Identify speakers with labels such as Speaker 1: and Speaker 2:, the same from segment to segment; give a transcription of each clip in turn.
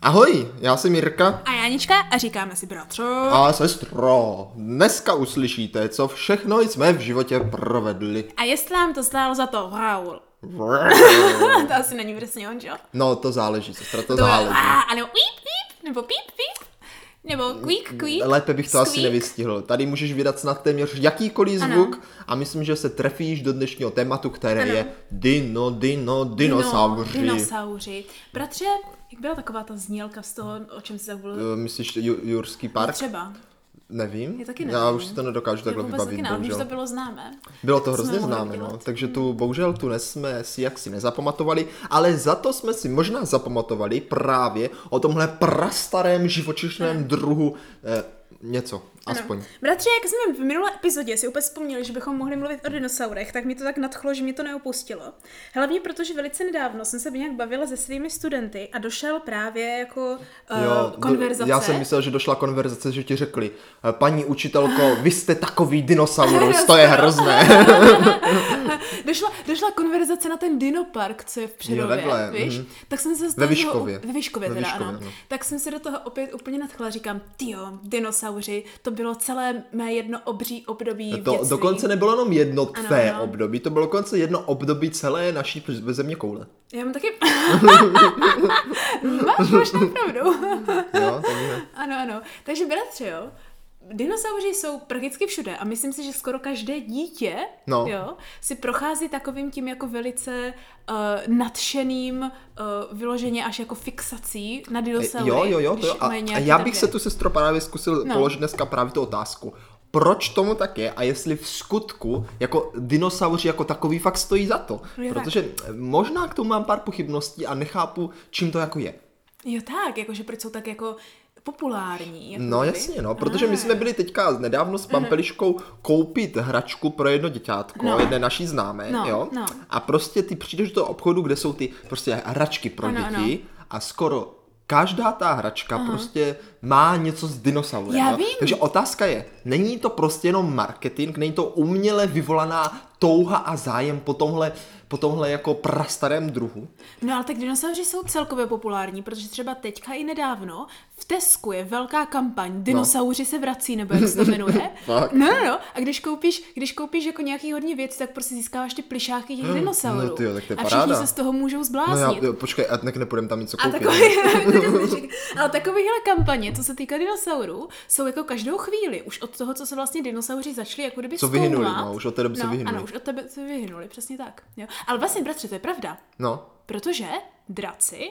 Speaker 1: Ahoj, já jsem Jirka
Speaker 2: A Janička a říkáme si bratře.
Speaker 1: a sestro. Dneska uslyšíte, co všechno jsme v životě provedli.
Speaker 2: A jestli nám to stálo za to, Raul. to asi není přesně on, že jo?
Speaker 1: No, to záleží, sestra, to
Speaker 2: To je
Speaker 1: záleží.
Speaker 2: a, a nebo píp, píp, nebo píp, píp, nebo kvík, kvík.
Speaker 1: Lépe bych to asi
Speaker 2: squeak.
Speaker 1: nevystihl. Tady můžeš vydat snad téměř jakýkoliv
Speaker 2: Ano.
Speaker 1: zvuk a myslím, že se trefíš do dnešního tématu, které
Speaker 2: Ano.
Speaker 1: je dino, dino,
Speaker 2: Dino-
Speaker 1: dinosauři.
Speaker 2: No, Dinosauři. Bratře, jak byla taková ta znělka z toho, o čem jsi tak mluvil?
Speaker 1: Eh, Myslíš ju, Jurský park?
Speaker 2: Třeba.
Speaker 1: Nevím.
Speaker 2: Já taky nevím.
Speaker 1: Já už si to nedokážu takhle
Speaker 2: vůbec taky
Speaker 1: vybavit,
Speaker 2: ne, ale vím, že
Speaker 1: bohužel.
Speaker 2: to bylo známé.
Speaker 1: Bylo to
Speaker 2: Jsme
Speaker 1: hrozně
Speaker 2: mohli
Speaker 1: známe, no.
Speaker 2: dělat.
Speaker 1: takže tu bohužel tu nesme si jaksi nezapamatovali, ale za to jsme si možná zapamatovali právě o tomhle prastarém
Speaker 2: Hmm.
Speaker 1: živočišném druhu eh, něco, aspoň.
Speaker 2: Bratře, jak jsme v minulé epizodě si úplně vzpomněli, že bychom mohli mluvit o dinosaurech, tak mi to tak nadchlo, že mě to neopustilo. Hlavně protože velice nedávno jsem se nějak bavila se svými studenty a došel právě jako uh,
Speaker 1: Jo, do-
Speaker 2: konverzace.
Speaker 1: já jsem myslel, že došla konverzace, že ti řekli, eh, paní učitelko, vy jste takový dinosaurus, to je hrozné.
Speaker 2: došla, došla konverzace na ten dinopark, co je v
Speaker 1: Jo,
Speaker 2: Přerově,
Speaker 1: takhle,
Speaker 2: víš?
Speaker 1: mhm.
Speaker 2: Tak jsem se z toho,
Speaker 1: Vyškově.
Speaker 2: Ve Vyškově
Speaker 1: Ve
Speaker 2: teda,
Speaker 1: Vyškově, no.
Speaker 2: ano.
Speaker 1: ano.
Speaker 2: Tak jsem se do toho opět úplně nadchla, říkám, tyjo, dinosauři, to bylo celé mé jedno obří období v
Speaker 1: To
Speaker 2: dětství.
Speaker 1: dokonce nebylo jenom jedno
Speaker 2: Ano, no.
Speaker 1: tvé
Speaker 2: ano.
Speaker 1: období, to bylo dokonce jedno období celé naší země koule.
Speaker 2: Já mám taky... Máš možná pravdu.
Speaker 1: Jo, takže...
Speaker 2: Ano, ano. Takže bratře, jo, dinosauři jsou prakticky všude a myslím si, že skoro každé dítě
Speaker 1: No.
Speaker 2: jo, si prochází takovým tím jako velice uh, nadšeným uh, vyloženě až jako fixací na dinosaury.
Speaker 1: Eh, Jo, jo, jo. To
Speaker 2: když
Speaker 1: jo. A,
Speaker 2: mají
Speaker 1: a
Speaker 2: nějaký
Speaker 1: já
Speaker 2: ten
Speaker 1: bych se
Speaker 2: věk.
Speaker 1: tu sestro právě zkusil
Speaker 2: No.
Speaker 1: no. položit dneska právě tu otázku. Proč tomu tak je a jestli v skutku jako dinosauři jako takový fakt stojí za to?
Speaker 2: Je tak.
Speaker 1: Protože eh, možná k tomu mám pár pochybností a nechápu, čím to jako je.
Speaker 2: Jo tak, jakože proč jsou tak jako populární. Jako
Speaker 1: No
Speaker 2: by.
Speaker 1: jasně, no, protože my
Speaker 2: Ah. Mhm.
Speaker 1: jsme byli teďka nedávno s Pampeliškou koupit hračku pro jedno děťátko,
Speaker 2: No.
Speaker 1: no. jedné naší známé,
Speaker 2: No,
Speaker 1: jo.
Speaker 2: no.
Speaker 1: A prostě ty přijdeš do toho obchodu, kde jsou ty prostě hračky pro
Speaker 2: Ano,
Speaker 1: děti a skoro každá ta hračka prostě má něco s dinosaurem.
Speaker 2: Já
Speaker 1: jo.
Speaker 2: vím.
Speaker 1: Takže otázka je, není to prostě jenom marketing, není to uměle vyvolaná touha a zájem po tomhle, po tomhle jako prastarém druhu?
Speaker 2: No ale tak dinosauři jsou celkově populární, protože třeba teďka i nedávno v Tesku je velká kampaň Dinosauři se vrací, nebo jak se to jmenuje.
Speaker 1: No. Fakt?
Speaker 2: No, no, no. A když koupíš, když koupíš jako nějaký hodně věc, tak prostě získáváš ty plišáky těch dinosaurů.
Speaker 1: no tyjo, tak to je
Speaker 2: a všichni
Speaker 1: paráda.
Speaker 2: se z toho můžou
Speaker 1: No já,
Speaker 2: zbláznit.
Speaker 1: jo, počkej, a tak nepůjdeme tam něco
Speaker 2: Vlastně. a
Speaker 1: koupit.
Speaker 2: takový, ale takovýhle kampaně, co se týká dinosaurů, jsou jako každou chvíli, už od toho, co se vlastně dinosauři začali jako kdyby
Speaker 1: Co
Speaker 2: zkoumat.
Speaker 1: vyhynuli, no, už od té doby se
Speaker 2: no,
Speaker 1: vyhynuli.
Speaker 2: Ano, už od tebe se vyhynuli, přesně tak. Jo. Ale vlastně, bratře, to je pravda,
Speaker 1: No,
Speaker 2: protože draci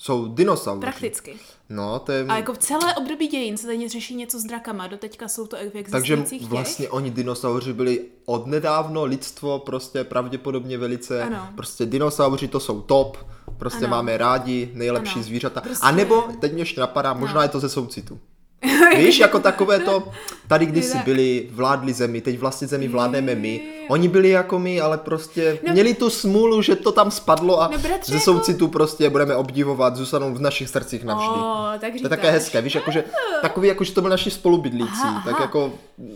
Speaker 1: jsou dinosauři.
Speaker 2: Prakticky.
Speaker 1: No, to je...
Speaker 2: A jako v celé období dějin se tady řeší něco s drakama, doteďka jsou to v
Speaker 1: Takže
Speaker 2: existujících těch.
Speaker 1: vlastně oni dinosauři byli odnedávno, lidstvo prostě pravděpodobně velice,
Speaker 2: Ano.
Speaker 1: prostě dinosauři to jsou top, prostě
Speaker 2: Ano.
Speaker 1: máme rádi, nejlepší
Speaker 2: Ano.
Speaker 1: zvířata.
Speaker 2: Prostě- No.
Speaker 1: A nebo, teď mě ještě napadá, možná je to ze soucitu. Víš, jako takové to, tady kdysi
Speaker 2: tak.
Speaker 1: byli, vládli zemi, teď vlastně zemi vládneme my. Oni byli jako my, ale prostě
Speaker 2: No.
Speaker 1: měli tu smůlu, že to tam spadlo a
Speaker 2: No, bratře,
Speaker 1: ze
Speaker 2: jako-
Speaker 1: soucitu prostě budeme obdivovat, zůstanou v našich srdcích navždy.
Speaker 2: O, No, tak
Speaker 1: To je také
Speaker 2: říkáš.
Speaker 1: hezké, víš, jakože takový, jakože to byli naši spolubydlící,
Speaker 2: Aha,
Speaker 1: aha,
Speaker 2: aha.
Speaker 1: tak jako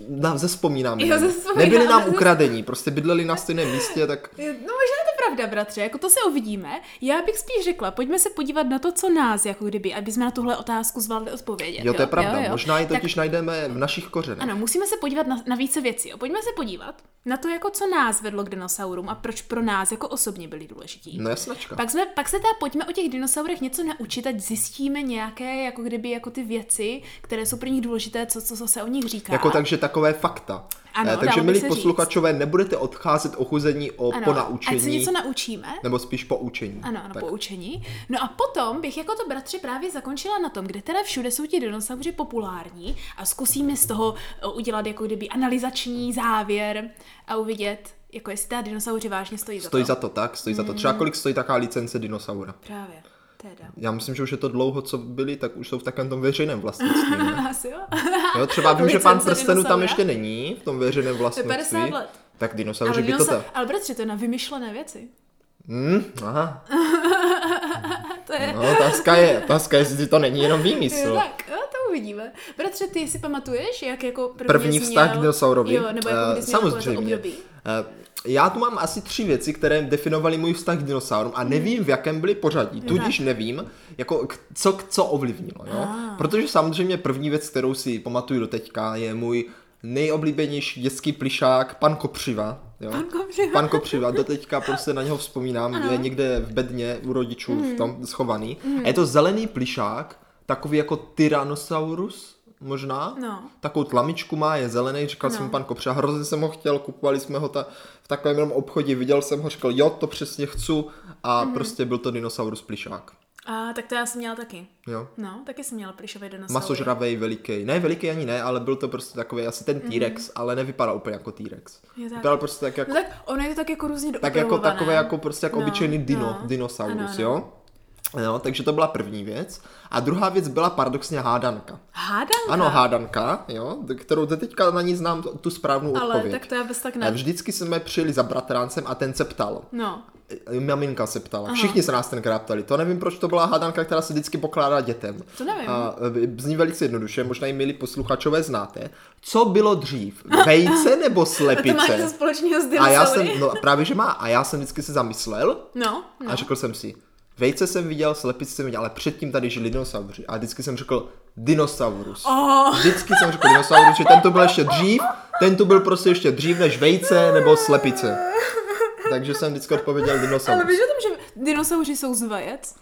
Speaker 1: nám zespomínáme.
Speaker 2: Jo,
Speaker 1: na ně.
Speaker 2: zespomínáme,
Speaker 1: Nebyli nám
Speaker 2: zes-
Speaker 1: ukradení, prostě bydleli na stejném místě, tak
Speaker 2: No možná je to pravda, bratře, jako to se uvidíme. Já bych spíš řekla, pojďme se podívat na to, co nás, jako kdyby, aby jsme na tuhle otázku zvládli odpovědět.
Speaker 1: jo, to je pravda.
Speaker 2: jo, jo.
Speaker 1: Možná ji
Speaker 2: Tak
Speaker 1: totiž najdeme v našich kořenech.
Speaker 2: Ano, musíme se podívat na, na více věcí. Jo. Pojďme se podívat na to, jako co nás vedlo k dinosaurům a proč pro nás jako osobně byli důležití.
Speaker 1: No jasnačka.
Speaker 2: Pak, jsme, pak se teda pojďme o těch dinosaurech něco naučit, ať zjistíme nějaké, jako kdyby, jako ty věci, které jsou pro nich důležité, co, co, co se o nich říká.
Speaker 1: Jako takže takové fakta.
Speaker 2: Ano,
Speaker 1: Eh, takže
Speaker 2: dalo by
Speaker 1: milí
Speaker 2: se
Speaker 1: posluchačové, nebudete odcházet ochuzení o
Speaker 2: ano,
Speaker 1: po
Speaker 2: ať se
Speaker 1: naučení,
Speaker 2: něco naučíme.
Speaker 1: nebo spíš po učení.
Speaker 2: Ano, ano,
Speaker 1: No, tak.
Speaker 2: poučení. No a potom bych jako to bratře právě zakončila na tom, kde teda všude jsou ti dinosauři populární a zkusíme z toho eh, udělat jako kdyby analyzační závěr a uvidět, jako jestli ta dinosauři vážně
Speaker 1: Stojí
Speaker 2: stojí, za to. Hmm.
Speaker 1: za to, tak? Stojí za to. Třeba kolik stojí taká licence dinosaura?
Speaker 2: Právě, teda.
Speaker 1: Já myslím, že už je to dlouho, co byli, tak už jsou v takovém tom veřejném vlastnictví. ne?
Speaker 2: Asi jo?
Speaker 1: Jo, třeba vím, že pán
Speaker 2: Licence
Speaker 1: prstenů tam
Speaker 2: dinosaura.
Speaker 1: ještě není, v tom veřejném vlastnictví.
Speaker 2: 50 let.
Speaker 1: Tak
Speaker 2: Ale,
Speaker 1: dinosauři by to
Speaker 2: dinosa-
Speaker 1: tak.
Speaker 2: ale bratře, to je na vymyšlené věci.
Speaker 1: Hm, aha.
Speaker 2: To je...
Speaker 1: No, otázka je, otázka je, jestli to není jenom
Speaker 2: Jo,
Speaker 1: výmysl.
Speaker 2: tak, jo, to uvidíme. Bratře, ty si pamatuješ, jak jako první,
Speaker 1: První
Speaker 2: jsi
Speaker 1: vztah
Speaker 2: měl-
Speaker 1: k dinosaurovi.
Speaker 2: Jo, nebo jako
Speaker 1: Eh,
Speaker 2: kdy jsi měl takové to
Speaker 1: Samozřejmě.
Speaker 2: období.
Speaker 1: Eh, já tu mám asi tři věci, které definovaly můj vztah k dinosaurům a nevím, v jakém byly pořadí. Tudíž nevím, jako, k- co, k- co ovlivnilo. Jo?
Speaker 2: Ah.
Speaker 1: Protože samozřejmě první věc, kterou si pamatuju do teďka, je můj nejoblíbenější dětský plišák, pan Kopřiva. Jo?
Speaker 2: Pan Kopřiva.
Speaker 1: Pan Kopřiva, doteďka prostě na něho vzpomínám, je někde v bedně u rodičů
Speaker 2: Mhm.
Speaker 1: v tom schovaný. A je to zelený plišák, takový jako Tyrannosaurus možná.
Speaker 2: No.
Speaker 1: Takovou tlamičku má, je zelený, říkal jsem mu pan Kopřiva, hrozně jsem ho chtěl, kupovali jsme ho ta, v takovém jenom obchodě, viděl jsem ho, říkal, jo, to přesně chci a
Speaker 2: Mhm.
Speaker 1: prostě byl to dinosaurus plišák.
Speaker 2: A tak to já jsem měla taky.
Speaker 1: Jo.
Speaker 2: No, taky jsem měla plišové dinosaury.
Speaker 1: Masožravej, veliký. Ne, veliký ani ne, ale byl to prostě takový asi ten T-Rex, ale nevypadal úplně jako T-Rex.
Speaker 2: Mhm. Je tak.
Speaker 1: Vypadal prostě tak jako
Speaker 2: No tak ono je to tak jako různě
Speaker 1: tak jako
Speaker 2: doopravované.
Speaker 1: takové jako prostě jako
Speaker 2: No,
Speaker 1: no, obyčejný dino,
Speaker 2: no.
Speaker 1: no, dinosaurus,
Speaker 2: Ano,
Speaker 1: ano,
Speaker 2: ano.
Speaker 1: jo? No, takže to byla první věc. A druhá věc byla paradoxně hádanka.
Speaker 2: Hádanka.
Speaker 1: Ano, hádanka, jo, d- kterou do teďka na ní znám t- tu správnou
Speaker 2: Ale
Speaker 1: odpověď.
Speaker 2: tak to já bez tak
Speaker 1: A
Speaker 2: ne.
Speaker 1: Vždycky jsme přijeli za bratráncem a ten se ptal.
Speaker 2: No,
Speaker 1: E, Maminka se ptala. Aha. Všichni se nás tenkrát ptali. To nevím, proč to byla hádanka, která se vždycky pokládá dětem.
Speaker 2: To nevím.
Speaker 1: A e, zní velice jednoduše, možná i milí posluchačové znáte. Co bylo dřív? Vejce nebo
Speaker 2: a to
Speaker 1: slepice?
Speaker 2: máš něco společného s
Speaker 1: A
Speaker 2: dinosaury.
Speaker 1: já jsem, no právě že má, a já jsem vždycky se zamyslel
Speaker 2: No, no.
Speaker 1: a řekl jsem si, vejce jsem viděl, slepice jsem viděl, ale předtím tady žili dinosauři a vždycky jsem řekl dinosaurus.
Speaker 2: Oh.
Speaker 1: Vždycky jsem řekl dinosaurus, že tento byl ještě dřív, tento byl prostě ještě dřív než vejce nebo slepice. Takže jsem vždycky odpověděl
Speaker 2: Ale
Speaker 1: dinosaurus.
Speaker 2: víš o tom, že dinosauři jsou z vajec?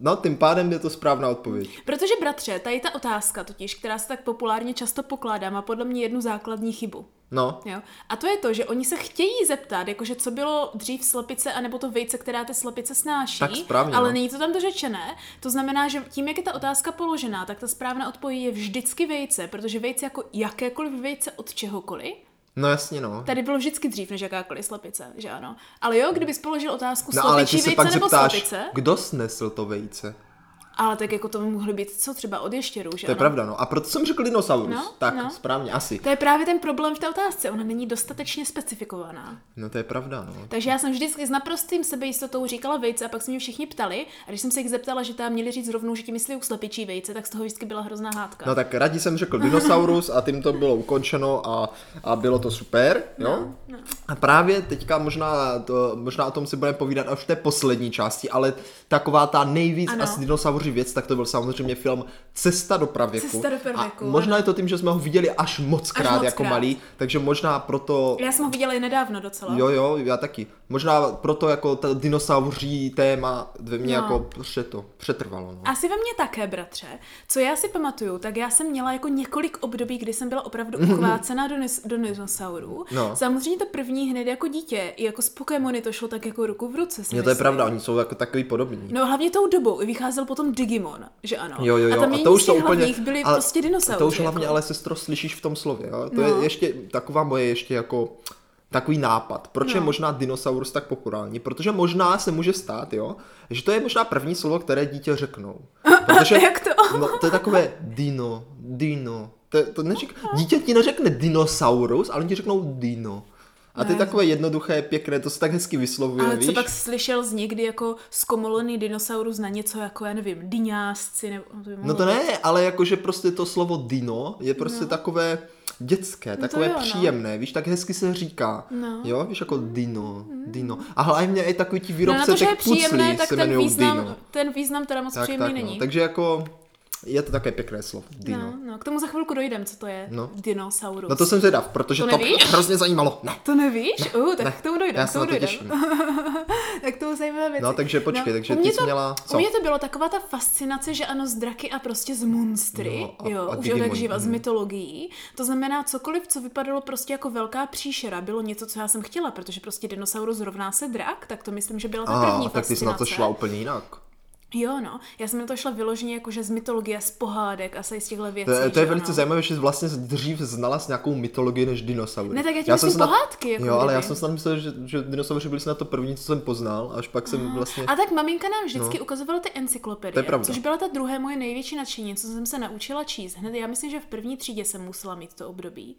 Speaker 1: No, tím pádem je to správná odpověď.
Speaker 2: Protože, bratře, tady ta otázka totiž, která se tak populárně často pokládá, má podle mě jednu základní chybu.
Speaker 1: No,
Speaker 2: Jo? A to je to, že oni se chtějí zeptat, jakože co bylo dřív slepice, anebo to vejce, která ty slepice snáší,
Speaker 1: Tak správně,
Speaker 2: ale
Speaker 1: no.
Speaker 2: není to tam dořečené. To znamená, že tím, jak je ta otázka položená, tak ta správná odpověď je vždycky vejce, protože vejce jako jakékoliv vejce od čehokoliv,
Speaker 1: no jasně no.
Speaker 2: tady bylo vždycky dřív než jakákoliv slepice, že ano. Ale jo, kdyby položil otázku
Speaker 1: No ale
Speaker 2: slepičí
Speaker 1: ty se
Speaker 2: vejce
Speaker 1: pak
Speaker 2: nebo
Speaker 1: zeptáš,
Speaker 2: slepice,
Speaker 1: kdo snesl to vejce?
Speaker 2: ale tak jako to mohly být co třeba od ještěrů, že
Speaker 1: To je
Speaker 2: ano?
Speaker 1: pravda, no. A proto jsem řekl dinosaurus.
Speaker 2: No,
Speaker 1: tak,
Speaker 2: no.
Speaker 1: správně, asi.
Speaker 2: To je právě ten problém v té otázce, ona není dostatečně specifikovaná.
Speaker 1: No to je pravda, no.
Speaker 2: Takže já jsem vždycky s naprostým sebejistotou říkala vejce a pak se mě všichni ptali a když jsem se jich zeptala, že tam měli říct rovnou, že ti myslí u slepičí vejce, tak z toho vždycky byla hrozná hádka.
Speaker 1: No tak radí jsem řekl dinosaurus a tím to bylo ukončeno a, a bylo to super, jo? No, no. A právě teďka možná, to, možná o tom si budeme povídat až v té poslední části, ale taková ta nejvíc
Speaker 2: Ano.
Speaker 1: ano. asi dinosauří věc, tak to byl samozřejmě film Cesta do pravěku.
Speaker 2: Cesta do pravěku,
Speaker 1: A možná je to tím, že jsme ho viděli až moc krát
Speaker 2: moc
Speaker 1: jako
Speaker 2: krát.
Speaker 1: malý, takže možná proto...
Speaker 2: Já jsem ho viděla i nedávno docela.
Speaker 1: Jo, jo, já taky. Možná proto jako ta dinosauří téma ve mně
Speaker 2: No.
Speaker 1: no. jako přeto, přetrvalo. No.
Speaker 2: Asi ve mně také, bratře. Co já si pamatuju, tak já jsem měla jako několik období, kdy jsem byla opravdu uchvácená do, nis- do dinosaurů.
Speaker 1: No.
Speaker 2: Samozřejmě to první hned jako dítě, i jako s Pokémony to šlo tak jako ruku v ruce. si
Speaker 1: Jo, to je
Speaker 2: myslím.
Speaker 1: pravda, oni jsou jako takový podobní.
Speaker 2: No hlavně tou dobou i vycházel potom Digimon, že ano.
Speaker 1: Jo, jo, jo.
Speaker 2: A tam jedním z těch hlavních byli
Speaker 1: ale-
Speaker 2: prostě dinosauři.
Speaker 1: To už hlavně,
Speaker 2: jako.
Speaker 1: ale sestro, slyšíš v tom slově. Jo? To
Speaker 2: No.
Speaker 1: je ještě taková moje ještě jako takový nápad. Proč je
Speaker 2: No.
Speaker 1: možná dinosaurus tak populární? Protože možná se může stát, jo, že to je možná první slovo, které dítě řeknou. Protože,
Speaker 2: Jak to?
Speaker 1: No, to je takové dino, dino. To, to neřík, dítě ti neřekne dinosaurus, ale oni ti řeknou dino. A to je
Speaker 2: Ne.
Speaker 1: takové jednoduché, pěkné, to se tak hezky vyslovuje,
Speaker 2: Ale
Speaker 1: víš?
Speaker 2: co pak slyšel z někdy jako skomolený dinosaurus na něco jako, já nevím, dyňásci nebo...
Speaker 1: No to ne, ale jakože prostě to slovo dino je prostě
Speaker 2: No.
Speaker 1: no. takové dětské,
Speaker 2: to
Speaker 1: takové
Speaker 2: jo, no.
Speaker 1: příjemné, víš, tak hezky se říká.
Speaker 2: No. Mm.
Speaker 1: Jo, víš, jako dino, dino. A hlavně i takový ti
Speaker 2: No na
Speaker 1: výrobce
Speaker 2: to, že je
Speaker 1: těch
Speaker 2: příjemné,
Speaker 1: puclí
Speaker 2: tak
Speaker 1: se
Speaker 2: ten
Speaker 1: jmenují
Speaker 2: význam,
Speaker 1: dino.
Speaker 2: ten význam teda moc
Speaker 1: Tak,
Speaker 2: příjemný
Speaker 1: tak, no.
Speaker 2: není.
Speaker 1: Takže jako je to také pěkné slovo, dino.
Speaker 2: no,
Speaker 1: No,
Speaker 2: no, k tomu za chvilku dojdem, co to je
Speaker 1: No.
Speaker 2: dinosaurus.
Speaker 1: to jsem zvědav, protože
Speaker 2: To
Speaker 1: to, to
Speaker 2: nevíš?
Speaker 1: hrozně zajímalo. Ne,
Speaker 2: To nevíš? Ne, uh, tak
Speaker 1: ne,
Speaker 2: k tomu dojdem,
Speaker 1: já
Speaker 2: k
Speaker 1: se
Speaker 2: tomu
Speaker 1: na to
Speaker 2: dojdem.
Speaker 1: těším.
Speaker 2: tak k tomu zajímavé věci.
Speaker 1: No, takže počkej, takže
Speaker 2: u mě
Speaker 1: ty jsi měla
Speaker 2: U
Speaker 1: co?
Speaker 2: mě to bylo taková ta fascinace, že ano, s draky a prostě z monstry,
Speaker 1: No, a-
Speaker 2: jo,
Speaker 1: a
Speaker 2: už
Speaker 1: Digimoni,
Speaker 2: od živa, z
Speaker 1: mhm.
Speaker 2: mytologií. To znamená, cokoliv, co vypadalo prostě jako velká příšera, bylo něco, co já jsem chtěla, protože prostě dinosaurus rovná se drak, tak to myslím, že byla ta první
Speaker 1: A, tak ty jsi na to
Speaker 2: fascinace.
Speaker 1: šla úplně jinak.
Speaker 2: Jo, no, já jsem na to šla vyloženě jakože z mytologie, z pohádek a se z těchto věcí.
Speaker 1: To, je- to je
Speaker 2: že
Speaker 1: velice
Speaker 2: ano.
Speaker 1: zajímavé, že jsi vlastně dřív znala s nějakou mytologii než dinosaury.
Speaker 2: Ne, tak já tím myslím
Speaker 1: snad-
Speaker 2: pohádky, jako
Speaker 1: jo, ale já
Speaker 2: kdyby.
Speaker 1: jsem snad myslel, že, že dinosauři byli snad to první, co jsem poznal, až pak jsem vlastně...
Speaker 2: A tak maminka nám vždycky no. ukazovala ty encyklopedie,
Speaker 1: To je pravda.
Speaker 2: což byla ta druhé moje největší nadšení, co jsem se naučila číst. Hned já myslím, že v první třídě jsem musela mít to období,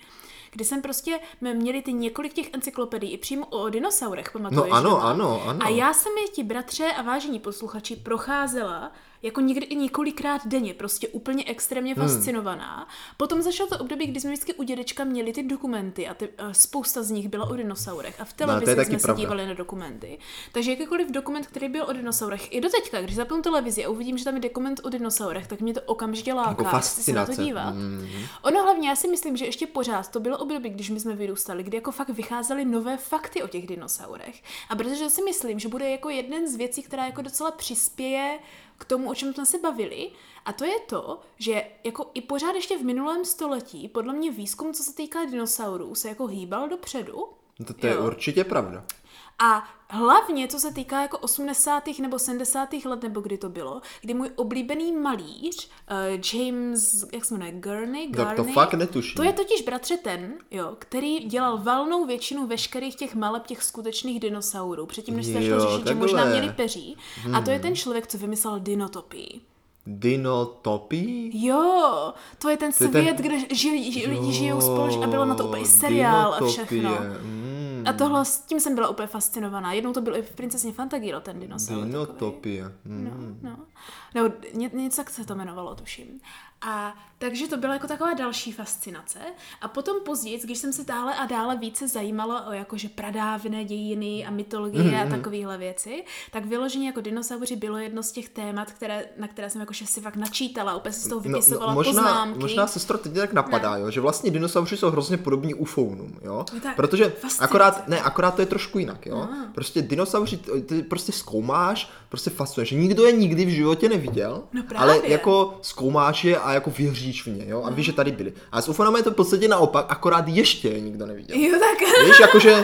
Speaker 2: kdy jsem prostě my měli ty několik těch encyklopedií i přímo o dinosaurech, pamatuješ?
Speaker 1: No ano,
Speaker 2: doma?
Speaker 1: ano, ano.
Speaker 2: A já jsem je ti bratře a vážení posluchači procházela Jako někdy i několikrát denně, prostě úplně extrémně fascinovaná. Hmm. Potom začalo to období, kdy jsme vždycky u dědečka měli ty dokumenty a ty, eh, spousta z nich byla o dinosaurech. A v
Speaker 1: to je
Speaker 2: televizi no,
Speaker 1: taky
Speaker 2: jsme se
Speaker 1: pravda.
Speaker 2: dívali na dokumenty. Takže jakýkoliv dokument, který byl o dinosaurech, i do teďka, když zapnu televizi a uvidím, že tam je dokument o dinosaurech, tak mě to okamžitě láká.
Speaker 1: Jako
Speaker 2: a chci se na to
Speaker 1: fascinace.
Speaker 2: dívat.
Speaker 1: Mm.
Speaker 2: Ono hlavně, já si myslím, že ještě pořád to bylo období, když my jsme vyrůstali, kdy jako fakt vycházely nové fakty o těch dinosaurech. A protože si myslím, že bude jako jeden z věcí, která jako docela přispěje k tomu, o čem jsme se bavili. A to je to, že jako i pořád ještě v minulém století, podle mě výzkum, co se týká dinosaurů, se jako hýbal dopředu.
Speaker 1: To, to je
Speaker 2: Jo.
Speaker 1: určitě pravda.
Speaker 2: A hlavně, co se týká jako 80. nebo 70. let, nebo kdy to bylo, kdy můj oblíbený malíř, uh, James, jak se jmenuje, Gurney,
Speaker 1: Tak to
Speaker 2: Garney,
Speaker 1: fakt netuším.
Speaker 2: to je totiž bratře ten, jo, který dělal valnou většinu veškerých těch maleb těch skutečných dinosaurů, předtím než se
Speaker 1: Jo,
Speaker 2: začalo řešit, že
Speaker 1: takhle.
Speaker 2: možná měli peří. Hmm. A to je ten člověk, co vymyslel dinotopii.
Speaker 1: Dinotopii?
Speaker 2: Jo, to je ten
Speaker 1: je ten-
Speaker 2: svět, kde žili, ži, lidi žijou společně a bylo na to úplně
Speaker 1: Jo,
Speaker 2: seriál a
Speaker 1: dinotopie.
Speaker 2: všechno.
Speaker 1: Mm,
Speaker 2: A tohle, s tím jsem byla úplně fascinovaná. Jednou to bylo i v Princesně Fantagiro, ten dinosaur. takovej.
Speaker 1: dinotopie. Mm.
Speaker 2: No, no. no ně, něco tak se to jmenovalo, tuším. A takže to byla jako taková další fascinace. A potom později, když jsem se dále a dále více zajímala o jakože pradávné dějiny a mytologie
Speaker 1: Hmm,
Speaker 2: mm-hmm. a takovéhle věci, tak vyloženě jako dinosauři bylo jedno z těch témat, které, na které jsem jakože si fakt načítala, úplně si z toho vypisovala
Speaker 1: No, možná,
Speaker 2: poznámky.
Speaker 1: možná sestro teď mě tak napadá, jo, že vlastně dinosauři jsou hrozně podobní ufounům, jo?
Speaker 2: Je No tak
Speaker 1: Protože
Speaker 2: fascinující.
Speaker 1: akorát, ne, akorát to je trošku jinak, jo? Prostě dinosauři, t- ty prostě zkoumáš, prostě fascinuješ. Nikdo je nikdy v životě neviděl,
Speaker 2: No
Speaker 1: ale
Speaker 2: právě. No.
Speaker 1: jako zkoumáš je a jako věříš v ně, jo? A víš, že tady byli. A s ufonama je to v podstatě naopak, akorát ještě je nikdo neviděl.
Speaker 2: Jo, tak.
Speaker 1: Víš, jakože,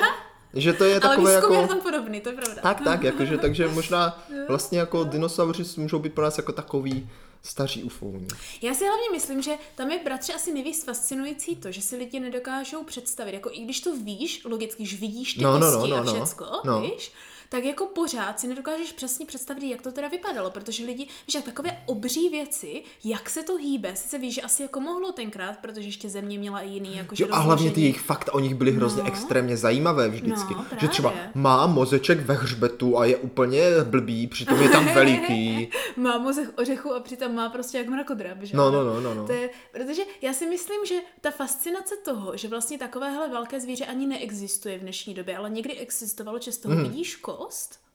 Speaker 1: že to je
Speaker 2: Ale
Speaker 1: takové
Speaker 2: výzkum
Speaker 1: jako...
Speaker 2: je tam podobný, to je pravda.
Speaker 1: Tak, tak, jakože, takže možná vlastně jako dinosauři můžou být pro nás jako takový staří ufouni.
Speaker 2: Já si hlavně myslím, že tam je bratře asi nejvíc fascinující to, že si lidi nedokážou představit, jako i když to víš, logicky, že vidíš ty
Speaker 1: No,
Speaker 2: no,
Speaker 1: no, no,
Speaker 2: no,
Speaker 1: no,
Speaker 2: a
Speaker 1: no.
Speaker 2: všecko,
Speaker 1: No.
Speaker 2: no. víš, tak jako pořád si nedokážeš přesně představit, jak to teda vypadalo, protože lidi, víš, jak takové obří věci, jak se to hýbe, sice víš, že asi jako mohlo tenkrát, protože ještě země měla i jiný, jako
Speaker 1: Jo, a hlavně ty jejich fakt o nich byly hrozně no. extrémně zajímavé vždycky.
Speaker 2: No,
Speaker 1: že třeba
Speaker 2: právě.
Speaker 1: má mozeček ve hřbetu a je úplně blbý, přitom je tam veliký.
Speaker 2: Má mozek ořechu a přitom má prostě jak mrakodrap, že?
Speaker 1: No,
Speaker 2: jo?
Speaker 1: no, no, no, no.
Speaker 2: To je, protože já si myslím, že ta fascinace toho, že vlastně takovéhle velké zvíře ani neexistuje v dnešní době, ale někdy existovalo, že z toho
Speaker 1: Mhm.
Speaker 2: vidíš kost,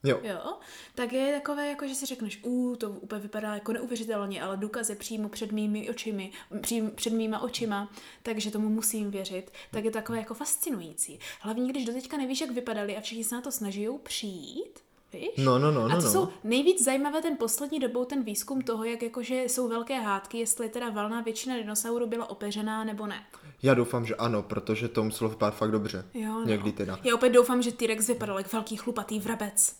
Speaker 1: Jo.
Speaker 2: jo, tak je takové, jako že si řekneš, ú, to úplně vypadá jako neuvěřitelně, ale důkaz je přímo před mými očimi, přím, před mýma očima, takže tomu musím věřit, tak je takové jako fascinující. Hlavně, když doteďka nevíš, jak vypadali a všichni se na to snaží přijít, víš?
Speaker 1: No, no, no,
Speaker 2: a
Speaker 1: no,
Speaker 2: to
Speaker 1: no.
Speaker 2: jsou Nejvíc zajímavé ten poslední dobou ten výzkum toho, jak jakože jsou velké hádky, jestli teda valná většina dinosaurů byla opeřená nebo ne.
Speaker 1: Já doufám, že ano, protože to muselo vypadat fakt dobře.
Speaker 2: Jo, no.
Speaker 1: Někdy teda.
Speaker 2: Já opět doufám, že T-Rex vypadal jak velký chlupatý vrabec.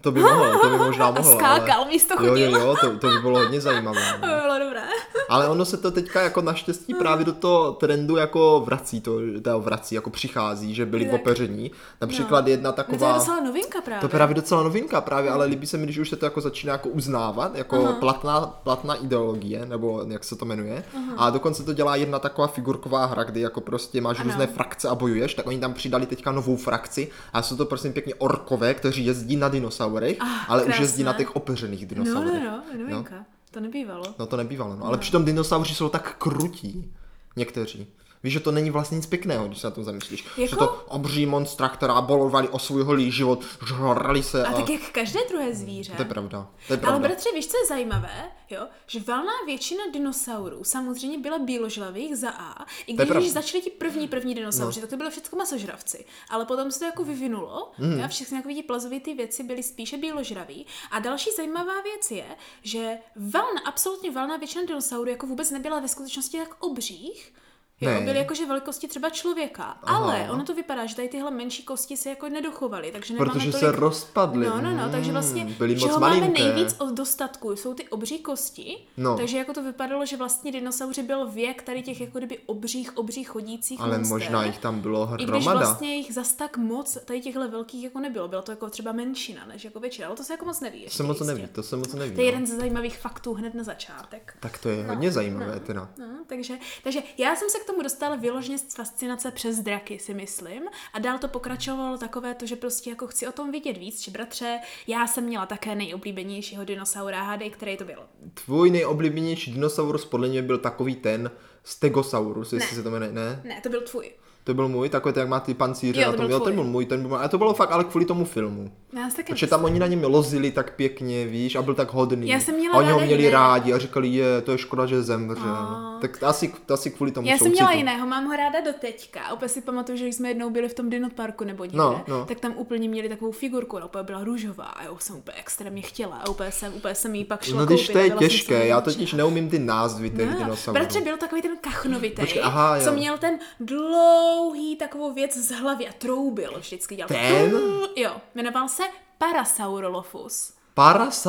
Speaker 1: To by mohlo, to by možná mohlo.
Speaker 2: skákal,
Speaker 1: ale...
Speaker 2: místo
Speaker 1: Jo, jo,
Speaker 2: chodil.
Speaker 1: jo, to, to by bylo hodně zajímavé.
Speaker 2: To
Speaker 1: no.
Speaker 2: by bylo dobré.
Speaker 1: Ale ono se to teďka jako naštěstí právě do toho trendu jako vrací, to, to vrací, jako přichází, že byli
Speaker 2: Tak.
Speaker 1: opeření. Například jedna
Speaker 2: No to je
Speaker 1: taková...
Speaker 2: docela novinka právě. Hmm.
Speaker 1: To je právě docela novinka, právě, ale líbí se mi, když už se to jako začíná jako uznávat, jako platná, platná ideologie, nebo jak se to jmenuje. A dokonce to dělá jedna taková figurková hra, kdy jako prostě máš
Speaker 2: Ano.
Speaker 1: různé frakce a bojuješ, tak oni tam přidali teďka novou frakci a jsou to prosím pěkně orkové, kteří jezdí na dinosaurech,
Speaker 2: Ah,
Speaker 1: ale už
Speaker 2: krásné.
Speaker 1: jezdí na těch opeřených
Speaker 2: No,
Speaker 1: dinosaurech.
Speaker 2: no, no, novinka. To nebývalo.
Speaker 1: No to nebývalo, no. Ale přitom dinosauři jsou tak krutí. Někteří. Víš, že to není vlastně nic pěkného, když se na tom zamyslíš. Že
Speaker 2: Jako?
Speaker 1: to obří monstra, která bolovali o svůj holý život, žrali se a...
Speaker 2: A tak jak každé druhé zvíře.
Speaker 1: To je pravda. To je
Speaker 2: Ale
Speaker 1: pravda.
Speaker 2: bratře, víš, co je zajímavé? Jo? Že valná většina dinosaurů samozřejmě byla bíložlavých za A. I když,
Speaker 1: pravda.
Speaker 2: když začali ti první první dinosauři, no. tak to bylo všechno masožravci. Ale potom se to jako vyvinulo
Speaker 1: Hmm.
Speaker 2: mm. a všechny jako vidí plazovité věci byly spíše bíložraví. A další zajímavá věc je, že valna, absolutně valná většina dinosaurů jako vůbec nebyla ve skutečnosti tak obřích, Jo,
Speaker 1: Ne.
Speaker 2: byly jakože velikosti třeba člověka,
Speaker 1: Aha.
Speaker 2: ale ono to vypadá, že tady tyhle menší kosti se jako nedochovaly, takže nemáme
Speaker 1: Protože
Speaker 2: tolik...
Speaker 1: se rozpadly.
Speaker 2: No, no, no, takže vlastně,
Speaker 1: Mm, byly moc
Speaker 2: čeho máme
Speaker 1: malinké.
Speaker 2: nejvíc od dostatku, jsou ty obří kosti,
Speaker 1: No.
Speaker 2: takže jako to vypadalo, že vlastně dinosauři byl věk tady těch jako kdyby obřích, obřích chodících
Speaker 1: Ale
Speaker 2: monster.
Speaker 1: možná jich tam bylo
Speaker 2: I když
Speaker 1: hromada.
Speaker 2: vlastně jich zas tak moc tady těchhle velkých jako nebylo, bylo to jako třeba menšina než jako většina, ale to se jako moc neví.
Speaker 1: To
Speaker 2: ještě
Speaker 1: se moc
Speaker 2: jistě.
Speaker 1: neví, to se moc neví.
Speaker 2: To je
Speaker 1: no.
Speaker 2: jeden No, ze zajímavých faktů hned na začátek.
Speaker 1: Tak to je hodně zajímavé teda.
Speaker 2: No, takže, takže já jsem se k tomu dostal vyložně z fascinace přes draky, si myslím. A dál to pokračovalo takové to, že prostě jako chci o tom vidět víc, že bratře, já jsem měla také nejoblíbenějšího dinosaura, hádej, který to byl.
Speaker 1: Tvůj nejoblíbenější dinosaurus podle mě byl takový ten Stegosaurus, jestli
Speaker 2: Ne.
Speaker 1: se to jmenuje, ne?
Speaker 2: Ne, to byl tvůj.
Speaker 1: To byl můj, takový ten, jak má ty pancíře
Speaker 2: Jo,
Speaker 1: na
Speaker 2: to
Speaker 1: tom,
Speaker 2: byl
Speaker 1: jo, ten
Speaker 2: tvůj.
Speaker 1: byl můj, ten byl můj. A to bylo fakt ale kvůli tomu filmu.
Speaker 2: Já si taky
Speaker 1: Protože tam oni na něm lozili tak pěkně, víš, a byl tak hodný.
Speaker 2: Já jsem měla
Speaker 1: a oni ho
Speaker 2: ráda
Speaker 1: měli
Speaker 2: jiného.
Speaker 1: rádi a říkali, je, to je škoda, že zemřel.
Speaker 2: A.
Speaker 1: Tak to asi, to asi kvůli tomu
Speaker 2: Já jsem měla
Speaker 1: soucitu.
Speaker 2: jiného, mám ho ráda do teďka. A Opět si pamatuju, že když jsme jednou byli v tom Dinot parku nebo někde,
Speaker 1: No, no.
Speaker 2: tak tam úplně měli takovou figurku, ona úplně byla růžová a já už jsem úplně extrémně chtěla a úplně jsem, úplně jsem jí pak šla
Speaker 1: No když
Speaker 2: Jako koupit,
Speaker 1: to
Speaker 2: a
Speaker 1: je
Speaker 2: byla jsem
Speaker 1: těžké, já
Speaker 2: srdečná.
Speaker 1: totiž neumím ty názvy těch
Speaker 2: No,
Speaker 1: dinosaurů.
Speaker 2: Bratře byl takový ten kachnovitý,
Speaker 1: Počkej, aha,
Speaker 2: co
Speaker 1: jo.
Speaker 2: měl ten dlouhý takovou věc z hlavy a troubil vždycky dělal.
Speaker 1: Ten?
Speaker 2: Jo, jmenoval se Parasaurolophus.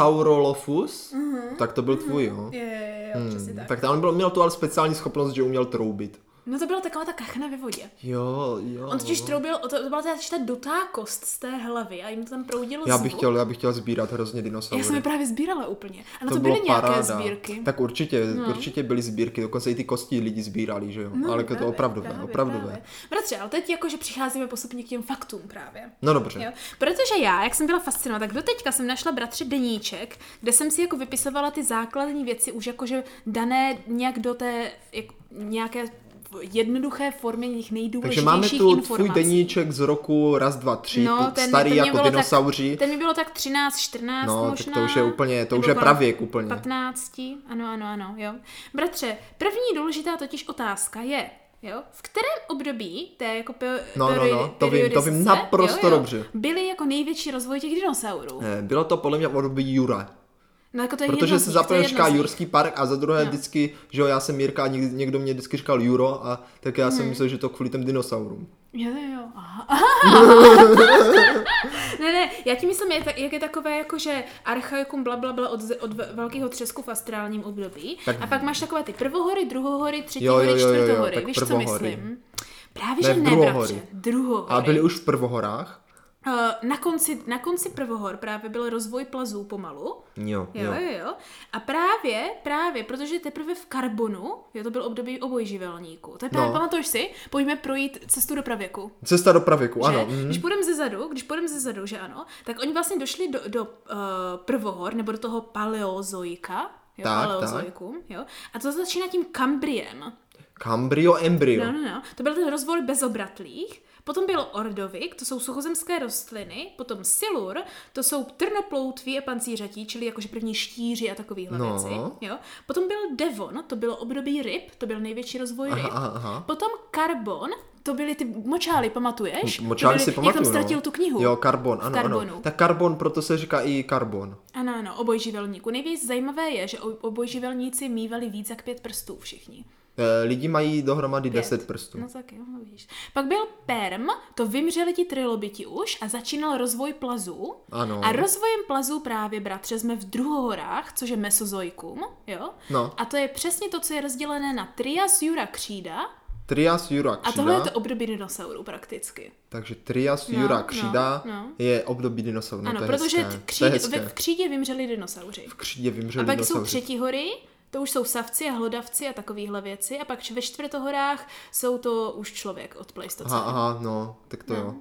Speaker 1: Parasaurolophus? Tak to byl tvůj, jo?
Speaker 2: Jo, jo,
Speaker 1: Hmm.
Speaker 2: jo, přesně Mhm. tak.
Speaker 1: Tak tam on byl, měl tu ale speciální schopnost, že uměl troubit.
Speaker 2: No to byla taková ta kachna ve vodě.
Speaker 1: Jo, jo.
Speaker 2: On totiž troubil, to, to byla teda ta dutá kost z té hlavy a jim to tam proudilo
Speaker 1: já
Speaker 2: zvuk.
Speaker 1: bych chtěl, já bych chtěl sbírat hrozně dinosaury.
Speaker 2: Já jsem je právě sbírala úplně. A na to, byly
Speaker 1: bylo
Speaker 2: nějaké sbírky. No.
Speaker 1: Tak určitě, určitě byly sbírky, dokonce i ty kosti lidi sbírali, že jo? ale jako to opravdové, opravdové.
Speaker 2: Právě. Bratře, ale teď jakože přicházíme postupně k těm faktům právě.
Speaker 1: No dobře.
Speaker 2: Jo? Protože já, jak jsem byla fascinovaná, tak doteďka jsem našla bratře deníček, kde jsem si jako vypisovala ty základní věci už jakože dané nějak do té jak, nějaké jednoduché formy těch
Speaker 1: Takže
Speaker 2: nejdůležitějších
Speaker 1: máme tu tvůj
Speaker 2: informací.
Speaker 1: deníček z roku raz, dva, tři,
Speaker 2: No,
Speaker 1: no,
Speaker 2: ten-
Speaker 1: starý
Speaker 2: ten mě
Speaker 1: jako
Speaker 2: bylo tak-
Speaker 1: dinosauři.
Speaker 2: Ten mi bylo tak 13, 14
Speaker 1: No, tak
Speaker 2: možná.
Speaker 1: to už je úplně- to už
Speaker 2: Nebo
Speaker 1: je
Speaker 2: kolem
Speaker 1: pravěk úplně.
Speaker 2: 15, ano, ano, ano, jo. Bratře, první důležitá totiž otázka je, jo, v kterém období té jako pe-
Speaker 1: No, no, no,
Speaker 2: periodi-
Speaker 1: to vím, to vím
Speaker 2: periodice,
Speaker 1: naprosto
Speaker 2: jo, jo,
Speaker 1: dobře.
Speaker 2: Byly jako největší rozvoj těch dinosaurů.
Speaker 1: Eh, Bylo to podle mě v období Jura.
Speaker 2: No, jako to je jedno
Speaker 1: Protože
Speaker 2: z
Speaker 1: se
Speaker 2: nich,
Speaker 1: za
Speaker 2: to je
Speaker 1: prvé
Speaker 2: jedno
Speaker 1: říká
Speaker 2: z nich.
Speaker 1: Jurský park a za druhé vždycky, že jo, já jsem Jirka a někdy- někdo mě vždycky říkal Juro a tak já
Speaker 2: Hmm.
Speaker 1: jsem myslel, že to kvůli těm dinosaurům.
Speaker 2: Jo, jo, jo. Aha. ne, ne, já tím myslím, jak, jak je takové jako, že archaikum bla, bla, bla od, z- od ve- velkého třesku v astrálním období.
Speaker 1: Tak-
Speaker 2: a pak máš takové ty prvohory, druhohory, třetí
Speaker 1: Jo, jo,
Speaker 2: hory,
Speaker 1: jo, jo, jo,
Speaker 2: čtvrtohory.
Speaker 1: tak
Speaker 2: Víš, co
Speaker 1: prvohory.
Speaker 2: myslím? Právě,
Speaker 1: Ne,
Speaker 2: že ne,
Speaker 1: druhohory.
Speaker 2: bratře. Druhohory.
Speaker 1: A byli už v prvohorách?
Speaker 2: Eh, na, konci, na konci prvohor právě byl rozvoj plazů pomalu.
Speaker 1: Jo,
Speaker 2: Jo, jo, jo. A právě, právě, protože teprve v karbonu, jo, to byl období obojživelníků. To je právě,
Speaker 1: No.
Speaker 2: pamatuješ si, pojďme projít cestu do pravěku.
Speaker 1: Cesta do pravěku,
Speaker 2: Že?
Speaker 1: ano.
Speaker 2: Ano.
Speaker 1: mhm.
Speaker 2: Když půjdeme ze zadu, když půjdeme ze zadu, že ano, tak oni vlastně došli do, do uh, prvohor, nebo do toho paleozoika, jo,
Speaker 1: Tak,
Speaker 2: paleozoiku, jo, a to začíná tím kambriem.
Speaker 1: Cambrio embryo.
Speaker 2: No, no, no. To byl ten rozvoj bezobratlých, potom byl ordovik, to jsou suchozemské rostliny, potom silur, to jsou trnoploutví a pancířatí, čili jakože první štíři a takovýhle
Speaker 1: No.
Speaker 2: věci, jo. Potom byl devon, to bylo období ryb, to byl největší rozvoj
Speaker 1: Aha,
Speaker 2: ryb.
Speaker 1: aha, aha.
Speaker 2: Potom karbon, to byly ty močály, pamatuješ? To
Speaker 1: Močáli
Speaker 2: byly-
Speaker 1: si
Speaker 2: Jak tam
Speaker 1: pamatuju,
Speaker 2: ztratil
Speaker 1: no.
Speaker 2: tu knihu.
Speaker 1: Jo, karbon, ano,
Speaker 2: karbonu.
Speaker 1: ano. Tak karbon, proto se říká i karbon.
Speaker 2: Ano, ano, obojživelníku. Nejvíc zajímavé je, že o- obojživelníci mývali víc jak pět prstů všichni.
Speaker 1: Eh, Lidi mají dohromady 10 prstů.
Speaker 2: No tak jo, no víš. Pak byl perm, to vymřeli ti trilobiti už a začínal rozvoj plazů.
Speaker 1: Ano.
Speaker 2: A rozvojem plazů právě, bratře, jsme v druhohorách, což je mesozoikum, jo?
Speaker 1: No.
Speaker 2: A to je přesně to, co je rozdělené na trias jura křída
Speaker 1: Trias Jura
Speaker 2: a
Speaker 1: křída,
Speaker 2: tohle je to období dinosaurů prakticky.
Speaker 1: takže Trias
Speaker 2: No,
Speaker 1: Jura
Speaker 2: no,
Speaker 1: křída
Speaker 2: no.
Speaker 1: je období dinosaurů.
Speaker 2: ano,
Speaker 1: No, to je
Speaker 2: protože
Speaker 1: hezké. to je
Speaker 2: kříd,
Speaker 1: hezké.
Speaker 2: ve, v křídě vymřeli dinosauři.
Speaker 1: V křídě
Speaker 2: A
Speaker 1: vymřeli
Speaker 2: pak jsou
Speaker 1: dinosauři.
Speaker 2: třetihory, to už jsou savci a hlodavci a takovéhle věci. A pak ve čtvrtohorách jsou to už člověk od
Speaker 1: Aha,
Speaker 2: Pleistocénu.
Speaker 1: aha, no, tak to jo.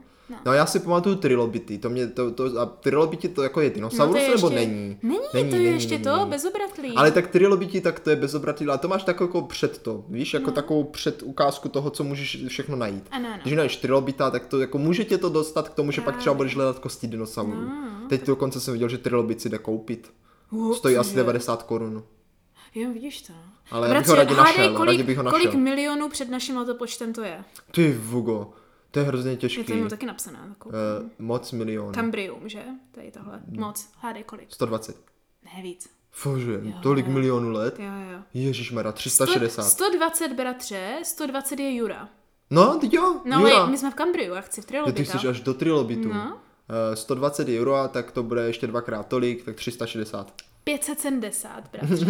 Speaker 1: No. já si pamatuju trilobity, to mě, to, to, a trilobity to jako je
Speaker 2: to
Speaker 1: dinosaurus,
Speaker 2: je
Speaker 1: no nebo
Speaker 2: ještě-
Speaker 1: není?
Speaker 2: Není, není to je ještě to, bezobratlý.
Speaker 1: Ale tak trilobiti, tak to je bezobratlý, ale to máš tak jako před to, víš, jako takovou před ukázku toho, co můžeš všechno najít.
Speaker 2: No. Ano, ano.
Speaker 1: Když najdeš trilobita, tak to jako může tě to dostat k tomu, že pak třeba budeš hledat kosti dinosaurů.
Speaker 2: No.
Speaker 1: Teď dokonce jsem viděl, že trilobit si jde koupit.
Speaker 2: Ups,
Speaker 1: Stojí asi
Speaker 2: jo.
Speaker 1: 90 korun.
Speaker 2: Jo, vidíš to. no.
Speaker 1: Ale já bych ho raději
Speaker 2: hádej,
Speaker 1: našel,
Speaker 2: kolik,
Speaker 1: raději bych ho našel.
Speaker 2: Kolik milionů před naším letopočtem to je?
Speaker 1: Ty vugo, to je hrozně
Speaker 2: Je to
Speaker 1: těžký.
Speaker 2: jenom taky napsané. Takovou.
Speaker 1: Eh, hm. moc milionů.
Speaker 2: Kambrium, že? Tady tohle. Moc. Hádej kolik.
Speaker 1: 120.
Speaker 2: Ne víc.
Speaker 1: Fože, tolik milionů let.
Speaker 2: Jo, jo, jo.
Speaker 1: Ježíš Mara,
Speaker 2: Sto-
Speaker 1: 360.
Speaker 2: 120 bratře, 120 je Jura.
Speaker 1: No, ty jo,
Speaker 2: No
Speaker 1: Jura.
Speaker 2: ale my jsme v Kambriu, já chci v
Speaker 1: Jo, ty
Speaker 2: Trilobita.
Speaker 1: jsi až do trilobitu.
Speaker 2: No.
Speaker 1: Eh, 120 euro, tak to bude ještě dvakrát tolik, tak 360.
Speaker 2: 570, bratře.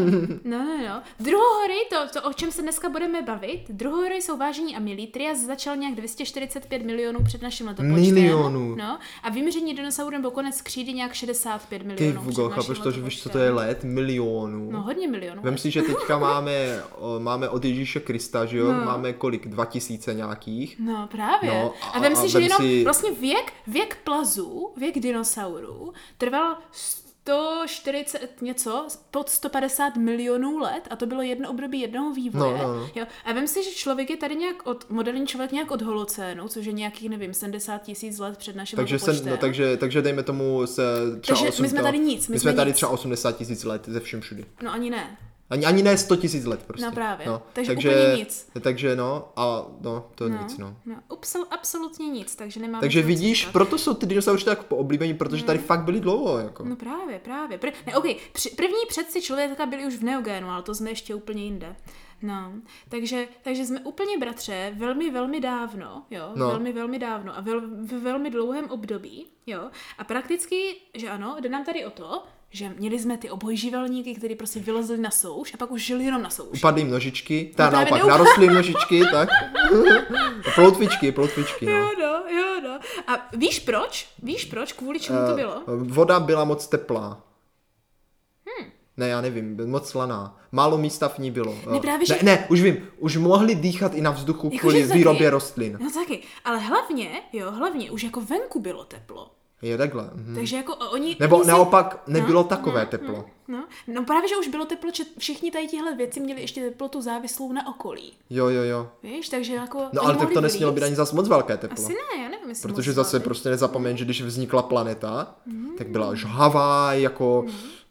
Speaker 2: No, no, no. Druhohory, to, to, o čem se dneska budeme bavit, druhohory jsou vážení a milí. Trias začal nějak 245 milionů před naším letopočtem.
Speaker 1: Milionů.
Speaker 2: No, a vyměření dinosaurů nebo konec křídy nějak 65 milionů
Speaker 1: Ty
Speaker 2: no, před
Speaker 1: Vugo,
Speaker 2: naším
Speaker 1: chápeš to, že víš, co to
Speaker 2: letopočtem.
Speaker 1: je let? Milionů.
Speaker 2: No, hodně milionů.
Speaker 1: Vem si, že teďka máme, o, máme od Ježíše Krista, že jo? Máme kolik? 2000 nějakých.
Speaker 2: No právě.
Speaker 1: No,
Speaker 2: a,
Speaker 1: a-
Speaker 2: a vem si,
Speaker 1: a
Speaker 2: že
Speaker 1: vem
Speaker 2: jenom
Speaker 1: si-
Speaker 2: vlastně věk, věk plazů, věk dinosaurů trval 140 něco, pod 150 milionů let a to bylo jedno období jednoho vývoje.
Speaker 1: No, no, no.
Speaker 2: Jo. A vem si, že člověk je tady nějak od, moderní člověk nějak od holocénu, což je nějakých, nevím, 70 tisíc let před naším
Speaker 1: Takže, se,
Speaker 2: letopočtem.
Speaker 1: no, takže, takže dejme tomu se třeba
Speaker 2: Takže my
Speaker 1: 80
Speaker 2: jsme tady nic, my
Speaker 1: my
Speaker 2: jsme
Speaker 1: jsme tady
Speaker 2: nic.
Speaker 1: třeba 80 tisíc let ze všem všudy.
Speaker 2: No ani ne.
Speaker 1: Ani, ani ne 100 tisíc let prostě.
Speaker 2: No právě.
Speaker 1: No.
Speaker 2: Takže úplně nic.
Speaker 1: Takže no, a no, to no. nic no.
Speaker 2: no upsal, absolutně nic, takže nemáme...
Speaker 1: Takže
Speaker 2: co
Speaker 1: vidíš,
Speaker 2: říkat.
Speaker 1: proto jsou ty dinosauři tak oblíbení, protože tady fakt byli dlouho, jako.
Speaker 2: Hmm. No právě, právě. Pr- ne, okay. Při- první předci člověka byli už v neogénu, ale to jsme ještě úplně jinde. No, takže, takže jsme úplně bratře velmi, velmi dávno, jo, no.
Speaker 1: No.
Speaker 2: velmi, velmi dávno a vel, v velmi dlouhém období, jo, a prakticky, že ano, jde nám tady o to, že měli jsme ty obojživelníky, kteří prostě vylezli na souš a pak už žili jenom na souš.
Speaker 1: Upadly množičky, ta no
Speaker 2: No právě
Speaker 1: naopak,
Speaker 2: neupa-
Speaker 1: narostly množičky, tak. ploutvičky, ploutvičky, no.
Speaker 2: Jo, no, jo, no. A víš proč? Víš proč? Kvůli čemu to bylo?
Speaker 1: Eh, Voda byla moc teplá.
Speaker 2: Hm.
Speaker 1: Ne, já nevím, moc slaná. Málo místa v ní bylo. Eh,
Speaker 2: Ne, právě,
Speaker 1: ne,
Speaker 2: že-
Speaker 1: ne, už vím, už mohli dýchat i na vzduchu
Speaker 2: Jakože
Speaker 1: kvůli
Speaker 2: taky.
Speaker 1: výrobě rostlin.
Speaker 2: No taky, ale hlavně, jo, hlavně už jako venku bylo teplo.
Speaker 1: Je takhle. mhm.
Speaker 2: Takže jako o- oni...
Speaker 1: Nebo
Speaker 2: oni si-
Speaker 1: naopak nebylo takové teplo.
Speaker 2: No, no právě, že už bylo teplo, že všichni tady tihle věci měli ještě teplotu závislou na okolí.
Speaker 1: Jo, jo, jo.
Speaker 2: Víš, takže jako...
Speaker 1: No
Speaker 2: oni
Speaker 1: ale tak
Speaker 2: mohli
Speaker 1: to nesmělo být
Speaker 2: vylít.
Speaker 1: ani zas moc velké teplo.
Speaker 2: Asi Mm. ne, já nevím, jestli
Speaker 1: Protože
Speaker 2: moc
Speaker 1: zase
Speaker 2: velký.
Speaker 1: prostě nezapomeň, že když vznikla planeta, tak byla žhavá, jako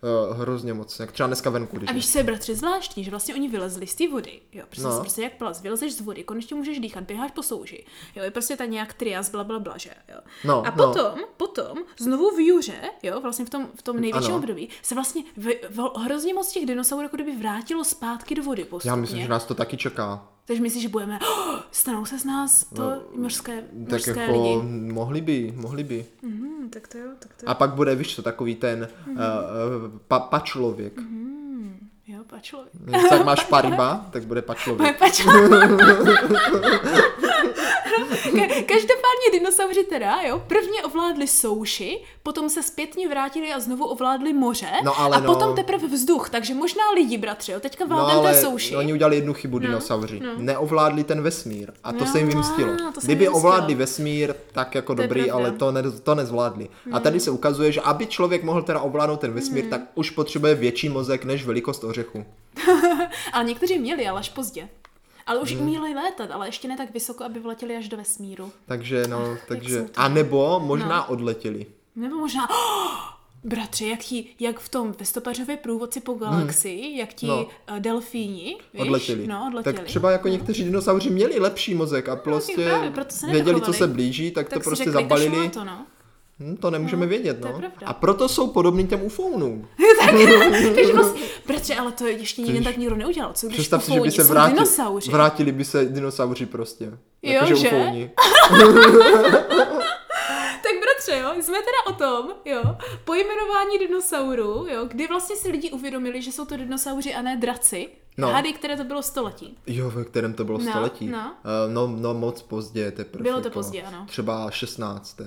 Speaker 1: eh, hrozně moc. Jak třeba dneska venku, když
Speaker 2: Mm. A víš, co je bratře zvláštní, že vlastně oni vylezli z té vody. Jo, prostě,
Speaker 1: No.
Speaker 2: prostě jak plaz, vylezeš z vody, konečně můžeš dýchat, běháš po souži. Jo, je prostě ta nějak trias, bla, bla, bla, že jo.
Speaker 1: No,
Speaker 2: a
Speaker 1: no.
Speaker 2: potom, potom, znovu v juře, jo, vlastně v tom, v tom největším
Speaker 1: Ano.
Speaker 2: období, se vlastně v, v, hrozně moc těch dinosaurů jako kdyby vrátilo zpátky do vody postupně.
Speaker 1: Já myslím, že nás to taky čeká.
Speaker 2: Takže myslíš, že budeme, oh, stanou se z nás to no, mořské,
Speaker 1: Tak
Speaker 2: mořské
Speaker 1: jako
Speaker 2: lidi.
Speaker 1: mohli by, mohli by.
Speaker 2: Hmm, tak to Mhm. jo, tak to
Speaker 1: A pak bude, víš co, takový ten mm pa, pa člověk.
Speaker 2: Mhm, jo, pa člověk.
Speaker 1: Tak máš pariba, tak bude pa člověk.
Speaker 2: Pa Ka- Každopádně dinosauři teda, jo, prvně ovládli souši, potom se zpětně vrátili a znovu ovládli moře
Speaker 1: No ale
Speaker 2: a potom
Speaker 1: no.
Speaker 2: teprve vzduch, takže možná lidi, bratři, jo, teďka
Speaker 1: No
Speaker 2: vládneme té
Speaker 1: ale
Speaker 2: souši.
Speaker 1: oni udělali jednu chybu dinosauři. Neovládli ten vesmír a to se jim
Speaker 2: No,
Speaker 1: vymstilo.
Speaker 2: to se jim
Speaker 1: Kdyby
Speaker 2: vymstilo.
Speaker 1: ovládli vesmír, tak jako
Speaker 2: je
Speaker 1: dobrý,
Speaker 2: pravda. Hmm.
Speaker 1: ale to, ne, to nezvládli. A tady se ukazuje, že aby člověk mohl teda ovládnout ten vesmír, tak už potřebuje větší mozek než velikost ořechu.
Speaker 2: Ale někteří měli, ale až pozdě. Ale už
Speaker 1: Hmm.
Speaker 2: uměli létat, ale ještě ne tak vysoko, aby vletěli až do vesmíru.
Speaker 1: Takže no, takže...
Speaker 2: jsou to- No.
Speaker 1: A nebo možná odletěli.
Speaker 2: Nebo možná, oh, bratře, jak, ti, jak v tom Vestopařově průvodci po galaxii, hmm. jak ti no.
Speaker 1: No.
Speaker 2: delfíni, víš?
Speaker 1: odletěli.
Speaker 2: No, odletěli.
Speaker 1: Tak třeba jako někteří dinosauři měli lepší mozek a prostě
Speaker 2: právě, proto se
Speaker 1: věděli, co
Speaker 2: nedochovali.
Speaker 1: se blíží, tak,
Speaker 2: tak
Speaker 1: to
Speaker 2: si
Speaker 1: prostě
Speaker 2: řekli,
Speaker 1: zabalili.
Speaker 2: kašlá To, no.
Speaker 1: Hm, to nemůžeme vědět,
Speaker 2: to je
Speaker 1: no.
Speaker 2: pravda.
Speaker 1: a proto jsou podobní těm ufounům.
Speaker 2: Takže vlastně, bratře, ale to ještě nikdy
Speaker 1: Což-
Speaker 2: tak nikdo neudělal. Co když
Speaker 1: Představ si, že
Speaker 2: ufouni
Speaker 1: by se
Speaker 2: jsou
Speaker 1: vrátili,
Speaker 2: dinosauři?
Speaker 1: vrátili by se dinosauři prostě.
Speaker 2: Jo,
Speaker 1: Jakože
Speaker 2: že?
Speaker 1: ufouni.
Speaker 2: Tak bratře, jo, jsme teda o tom, jo, pojmenování dinosaurů, jo, kdy vlastně si lidi uvědomili, že jsou to dinosauři a ne draci. No.
Speaker 1: No.
Speaker 2: Hady, které to bylo století.
Speaker 1: Jo, ve kterém to bylo
Speaker 2: No,
Speaker 1: století.
Speaker 2: no.
Speaker 1: Eh, no, no moc pozdě teprve.
Speaker 2: Bylo to
Speaker 1: jako
Speaker 2: pozdě, ano.
Speaker 1: Třeba 16.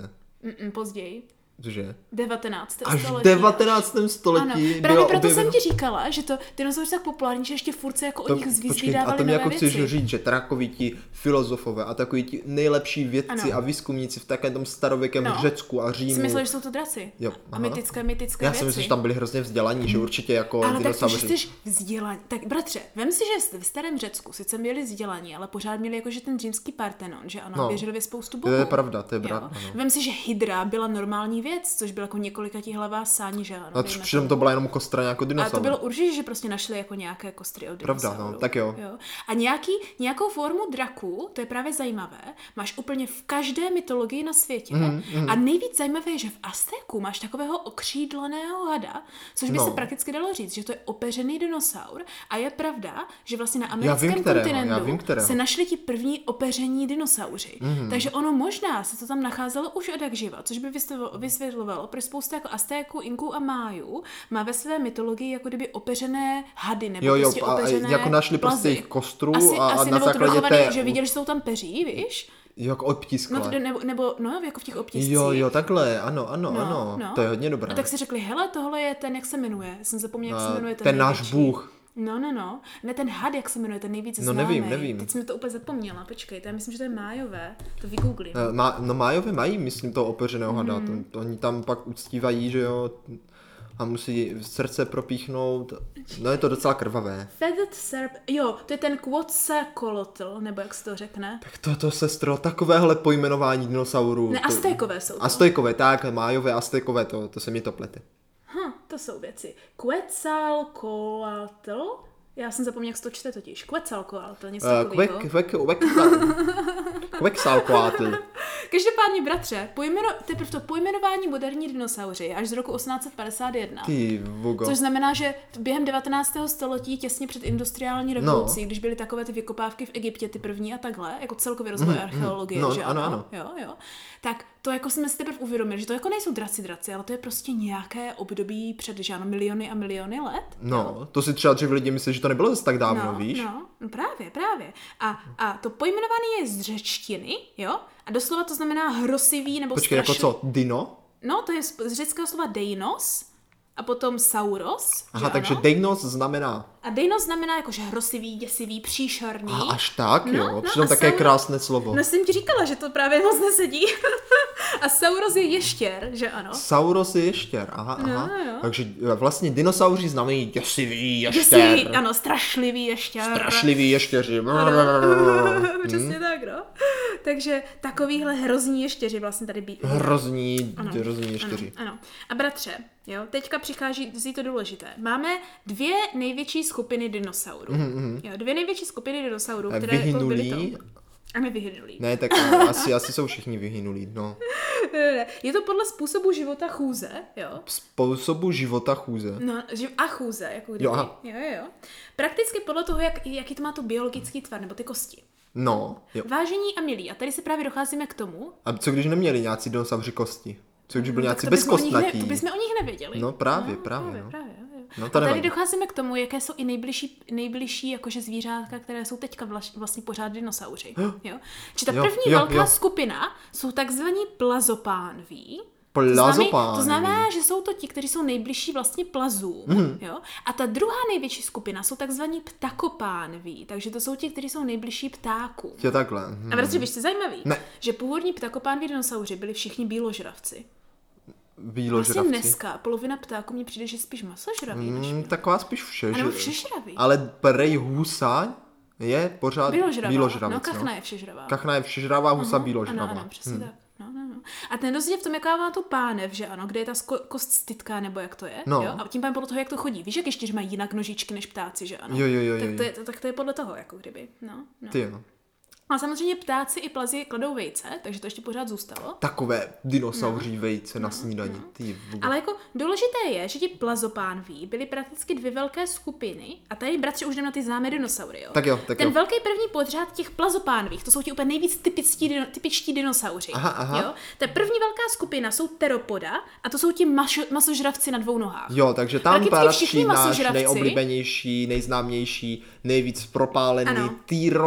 Speaker 2: Mm-mm, později.
Speaker 1: Že?
Speaker 2: 19.
Speaker 1: Až v
Speaker 2: století.
Speaker 1: 19. století
Speaker 2: Ano, právě
Speaker 1: bylo
Speaker 2: proto
Speaker 1: objeveno-
Speaker 2: jsem ti říkala, že to dinosauři jsou tak populární, že ještě furt se jako od nich
Speaker 1: a
Speaker 2: zvízdávali
Speaker 1: to mi
Speaker 2: nové
Speaker 1: jako
Speaker 2: věci.
Speaker 1: chceš říct, že takoví ti filozofové a takoví ti nejlepší vědci
Speaker 2: Ano.
Speaker 1: a výzkumníci v takovém tom starověkém
Speaker 2: No.
Speaker 1: Řecku a Římu.
Speaker 2: Jsi myslel, že jsou to draci.
Speaker 1: Jo,
Speaker 2: a
Speaker 1: aha.
Speaker 2: mytické, mytické
Speaker 1: Já
Speaker 2: věci. Mhm.
Speaker 1: si myslím, že tam byli hrozně vzdělaní, že určitě jako
Speaker 2: ale tak to, že
Speaker 1: dinosauři.
Speaker 2: jsi vzdělaní. Tak bratře, vem si, že v starém Řecku sice měli vzdělaní, ale pořád měli jakože ten římský Partenon, že ano, no.
Speaker 1: No.
Speaker 2: věřili ve spoustu
Speaker 1: To
Speaker 2: bohů.
Speaker 1: je pravda, to je
Speaker 2: Jo.
Speaker 1: pravda. ano.
Speaker 2: Vem si, že hydra byla normální věc, což byla jako několika hlavá sáň, že ano.
Speaker 1: A
Speaker 2: víme
Speaker 1: tři-
Speaker 2: No, to.
Speaker 1: přitom to byla jenom kostra nějakého
Speaker 2: A to
Speaker 1: dinosaura.
Speaker 2: bylo určitě, že prostě našli jako nějaké kostry od
Speaker 1: Pravda,
Speaker 2: dinosaurů.
Speaker 1: no, tak jo.
Speaker 2: jo. A nějaký, nějakou formu draku, to je právě zajímavé, máš úplně v každé mytologii na světě.
Speaker 1: Mhm,
Speaker 2: Mm, mm. A nejvíc zajímavé je, že v Aztéku máš takového okřídleného hada, což by
Speaker 1: No.
Speaker 2: se prakticky dalo říct, že to je opeřený dinosaur. A je pravda, že vlastně na
Speaker 1: vím
Speaker 2: americkém
Speaker 1: kterého, já
Speaker 2: kontinentu
Speaker 1: vím Mhm. kterého.
Speaker 2: se našli ti první opeření dinosauři. Mm. Takže ono možná se to tam nacházelo už od jak živa, což by vysvětlo- vysvětlovalo, vysvětlovalo, proč spousta jako Aztéků, Inků a Májů má ve své mytologii jako kdyby opeřené hady nebo
Speaker 1: Jo, jo,
Speaker 2: prostě
Speaker 1: a, a
Speaker 2: opeřené
Speaker 1: jako našli
Speaker 2: plazy.
Speaker 1: prostě jejich kostru
Speaker 2: asi,
Speaker 1: a,
Speaker 2: asi
Speaker 1: a na
Speaker 2: nebo to
Speaker 1: základě
Speaker 2: dochovaný,
Speaker 1: té,
Speaker 2: že viděli, že jsou tam peří, víš?
Speaker 1: jako odtiskle.
Speaker 2: No, to, nebo, nebo, no, jako v těch obtiscích.
Speaker 1: jo, jo, takhle, ano, ano,
Speaker 2: No,
Speaker 1: ano,
Speaker 2: no.
Speaker 1: to je hodně dobré.
Speaker 2: A tak si řekli, hele, tohle je ten, jak se jmenuje. Jsem zapomněla, jak
Speaker 1: Eh,
Speaker 2: se jmenuje ten
Speaker 1: ten náš
Speaker 2: největší.
Speaker 1: bůh.
Speaker 2: No, no, no. Ne ten had, jak se jmenuje, ten nejvíc
Speaker 1: No,
Speaker 2: známý.
Speaker 1: nevím, nevím.
Speaker 2: Teď jsem to úplně zapomněla, počkej, to já myslím, že to je májové. To vygooglím.
Speaker 1: Eh, Má, no Májové mají, myslím, toho opeřeného hada.
Speaker 2: Mhm.
Speaker 1: Mm. To, oni tam pak uctívají, že jo, a musí srdce propíchnout. No je to docela krvavé.
Speaker 2: Feathered serp, jo, to je ten Quetzalcoatl, nebo jak se to řekne.
Speaker 1: Tak toto, sestro, takovéhle pojmenování dinosaurů.
Speaker 2: Ne,
Speaker 1: to-
Speaker 2: Aztékové jsou to.
Speaker 1: Aztékové, tak, Májové, Aztékové, to, to se mi to plete. Eh,
Speaker 2: Hm, to jsou věci. Quetzalcoatl? Já jsem zapomněla, jak se to čte totiž. Quetzalcoatl, něco
Speaker 1: Eh, Kvek,
Speaker 2: takového.
Speaker 1: kvek, kvek, kveksalkoátl.
Speaker 2: Každopádně, bratře, pojmeno, teprve to pojmenování moderní dinosauři až z roku 1851.
Speaker 1: Ty, Vugo.
Speaker 2: Což znamená, že t- během 19. století, těsně před industriální revolucí, no. když byly takové ty vykopávky v Egyptě, ty první a takhle, jako celkově rozvoj mm, archeologie,
Speaker 1: No,
Speaker 2: že
Speaker 1: ano, ano.
Speaker 2: Jo, jo. Tak to jako jsme si teprve uvědomili, že to jako nejsou draci draci, ale to je prostě nějaké období před, že ano, miliony a miliony let.
Speaker 1: No, to si třeba dřív lidi myslí, že to nebylo zase tak dávno,
Speaker 2: no,
Speaker 1: víš?
Speaker 2: No, no, právě, právě. A, a to pojmenovaný je z řečtiny, jo? A doslova to znamená hrosivý nebo
Speaker 1: Počkej, jako
Speaker 2: strašlivý.
Speaker 1: co, dino?
Speaker 2: No, to je z, z řeckého slova deinos a potom sauros.
Speaker 1: Aha,
Speaker 2: že
Speaker 1: takže
Speaker 2: ano?
Speaker 1: deinos znamená
Speaker 2: A dejno znamená jakože hrosivý, děsivý, příšerný.
Speaker 1: A až tak,
Speaker 2: No,
Speaker 1: jo.
Speaker 2: no,
Speaker 1: Přitom
Speaker 2: a
Speaker 1: také
Speaker 2: Sauron-
Speaker 1: krásné slovo.
Speaker 2: No jsem ti říkala, že to právě moc nesedí. a Sauros je ještěr, že ano?
Speaker 1: Sauros je ještěr, aha,
Speaker 2: No,
Speaker 1: aha.
Speaker 2: jo.
Speaker 1: Takže eh, vlastně dinosauři znamenají děsivý ještěr.
Speaker 2: Děsivý, ano, strašlivý ještěr.
Speaker 1: Strašlivý Hmm? ještěři.
Speaker 2: Přesně tak, no. Takže takovýhle hrozní ještěři vlastně tady být.
Speaker 1: Hrozní, hrozní ještěři.
Speaker 2: Ano, ano. A bratře, jo, teďka přichází, vzít to důležité. Máme dvě největší skupiny dinosaurů. Jo, dvě největší skupiny dinosaurů,
Speaker 1: Eh,
Speaker 2: které jako byly to.
Speaker 1: Mhm, vyhynulí?
Speaker 2: A nevyhynulí.
Speaker 1: Ne, tak eh, asi, asi jsou všichni vyhynulí, no.
Speaker 2: Ne, ne, ne. Je to podle způsobu života chůze, jo?
Speaker 1: Způsobu života chůze.
Speaker 2: No, živ a chůze, jako kdyby.
Speaker 1: Jo, aha.
Speaker 2: jo, jo, jo. Prakticky podle toho, jak, jaký to má tu biologický tvar, nebo ty kosti.
Speaker 1: No, jo.
Speaker 2: Vážení a milí, a tady se právě docházíme k tomu,
Speaker 1: A co když neměli nějací dinosauři kosti? Co když byli
Speaker 2: No, tak
Speaker 1: nějací
Speaker 2: to bychom o nich ne, to
Speaker 1: bezkostnatí?
Speaker 2: bychom o nich nevěděli.
Speaker 1: No právě, právě,
Speaker 2: právě,
Speaker 1: no.
Speaker 2: právě, jo.
Speaker 1: No,
Speaker 2: A
Speaker 1: to
Speaker 2: tady
Speaker 1: nevadí.
Speaker 2: docházíme k tomu, jaké jsou i nejbližší, nejbližší jakože zvířátka, které jsou teďka vlaš, vlastně pořád dinosauři. Jo? Či ta
Speaker 1: Jo,
Speaker 2: první
Speaker 1: jo,
Speaker 2: velká
Speaker 1: jo.
Speaker 2: skupina jsou takzvaní plazopánví. To znamená,
Speaker 1: Plazopánví.
Speaker 2: to znamená, že jsou to ti, kteří jsou nejbližší vlastně plazům.
Speaker 1: Mhm.
Speaker 2: Jo? A ta druhá největší skupina jsou takzvaní ptakopánví, takže to jsou ti, kteří jsou nejbližší ptákům.
Speaker 1: Jo, takhle. hm.
Speaker 2: A prostě bratře, víš, co je zajímavý?
Speaker 1: Ne.
Speaker 2: Že původní ptakopánví dinosauři byli všichni bíložravci.
Speaker 1: Hmm.
Speaker 2: Vlastně
Speaker 1: Bíložravci.
Speaker 2: dneska polovina ptáků mně přijde, že spíš masožraví než
Speaker 1: Mm, taková spíš vše,
Speaker 2: A nebo
Speaker 1: že-
Speaker 2: všežravý.
Speaker 1: Ale prej husa je pořád
Speaker 2: Bíložravá.
Speaker 1: bíložravec,
Speaker 2: no, kachna je všežravá.
Speaker 1: Kachna je všežravá, husa Hm.
Speaker 2: Ano,
Speaker 1: bíložravá.
Speaker 2: ano, přesně tak. No, no, no. A ten rozdíl je v tom, jaká má to pánev, že ano, kde je ta sko- kost stytká, nebo jak to je.
Speaker 1: No.
Speaker 2: Jo? A tím pádem podle toho, jak to chodí. Víš, jak ještě mají jinak nožičky než ptáci, že ano.
Speaker 1: Jo, jo, jo,
Speaker 2: tak,
Speaker 1: jo,
Speaker 2: to
Speaker 1: jo.
Speaker 2: je, to, tak to je podle toho, jako kdyby. No, no.
Speaker 1: Ty jo.
Speaker 2: A samozřejmě ptáci i plazi kladou vejce, takže to ještě pořád zůstalo.
Speaker 1: Takové dinosauří vejce na snídani. Ty vůbec.
Speaker 2: No. Ale jako důležité je, že ti plazopánví byly prakticky dvě velké skupiny a tady bratři už jdeme na ty známé dinosaury, jo?
Speaker 1: Tak jo, tak
Speaker 2: Ten
Speaker 1: jo.
Speaker 2: velký první podřád těch plazopánvích, to jsou ti úplně nejvíc typičtí, dino, typičtí dinosauři.
Speaker 1: Aha, aha.
Speaker 2: Jo? Ta první velká skupina jsou teropoda a to jsou ti mašo, masožravci na dvou nohách.
Speaker 1: Jo, takže tam
Speaker 2: Prakticky
Speaker 1: patří
Speaker 2: všichni
Speaker 1: náš
Speaker 2: masožravci.
Speaker 1: nejoblíbenější, nejznámější, nejvíc propálený
Speaker 2: Ano.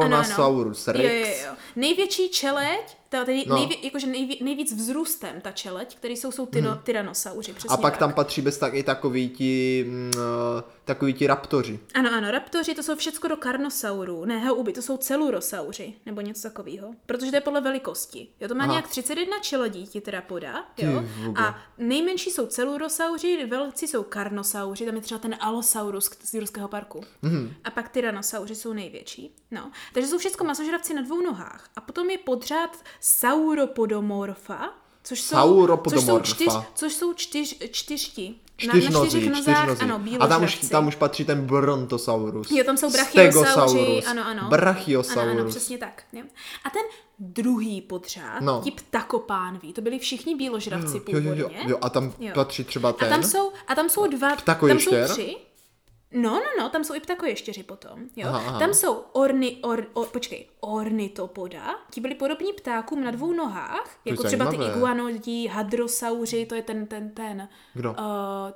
Speaker 1: Tyrannosaurus
Speaker 2: Ano, ano. Jo,
Speaker 1: Rex.
Speaker 2: jo, jo. Největší čeleď, ta tedy
Speaker 1: No.
Speaker 2: no. nejvě, jakože nejvě, nejvíc vzrůstem ta čeleď, který jsou, jsou tyno, hmm. tyranosauři. Přesně
Speaker 1: Mhm. A pak
Speaker 2: tak.
Speaker 1: tam patří bez tak i takový ti, mm, eh, takový ti raptoři.
Speaker 2: Ano, ano, raptoři to jsou všecko do karnosaurů, ne houby, to jsou celurosauři, nebo něco takového. Protože to je podle velikosti. Jo, to má
Speaker 1: Aha.
Speaker 2: Aha. nějak 31 čeledí, ti teda podá, jo.
Speaker 1: vogo.
Speaker 2: A nejmenší jsou celurosauři, velcí jsou karnosauři, tam je třeba ten alosaurus k- z Jurského parku.
Speaker 1: Mhm.
Speaker 2: Mm. A pak tyranosauři jsou největší. No, takže jsou všecko masožravci na dvou nohách. A potom je podřád sauropodomorfa, což jsou, což jsou,
Speaker 1: Sauropodomorfa.
Speaker 2: čtyř, což jsou čtyř, čtyřti.
Speaker 1: Čtyř
Speaker 2: Na- na čtyřech
Speaker 1: nozy, čtyř
Speaker 2: nozách,
Speaker 1: nozy.
Speaker 2: ano,
Speaker 1: A tam už,
Speaker 2: bíložravci.
Speaker 1: tam už patří ten Brontosaurus.
Speaker 2: Jo, tam jsou brachiosauři, ano, ano.
Speaker 1: Brachiosaurus.
Speaker 2: Ano, ano, přesně tak. Jo. A ten druhý podřád,
Speaker 1: No.
Speaker 2: no. ti ptakopánví, to byli všichni bíložravci
Speaker 1: Jo,
Speaker 2: původně.
Speaker 1: jo, jo, jo, a tam
Speaker 2: Jo.
Speaker 1: patří třeba
Speaker 2: A
Speaker 1: ten.
Speaker 2: tam jsou, a tam jsou dva, tam jsou
Speaker 1: Ptakojištěr?
Speaker 2: tři. No, no, no, tam jsou i ptakoještěři potom. Jo?
Speaker 1: Aha, aha.
Speaker 2: Tam jsou orny, or, or, počkej, ornitopoda. Ti byli podobní ptákům na dvou nohách, jako třeba ty
Speaker 1: zajímavé.
Speaker 2: iguanodí, hadrosauři, to je ten, ten, ten.
Speaker 1: Kdo?
Speaker 2: Uh,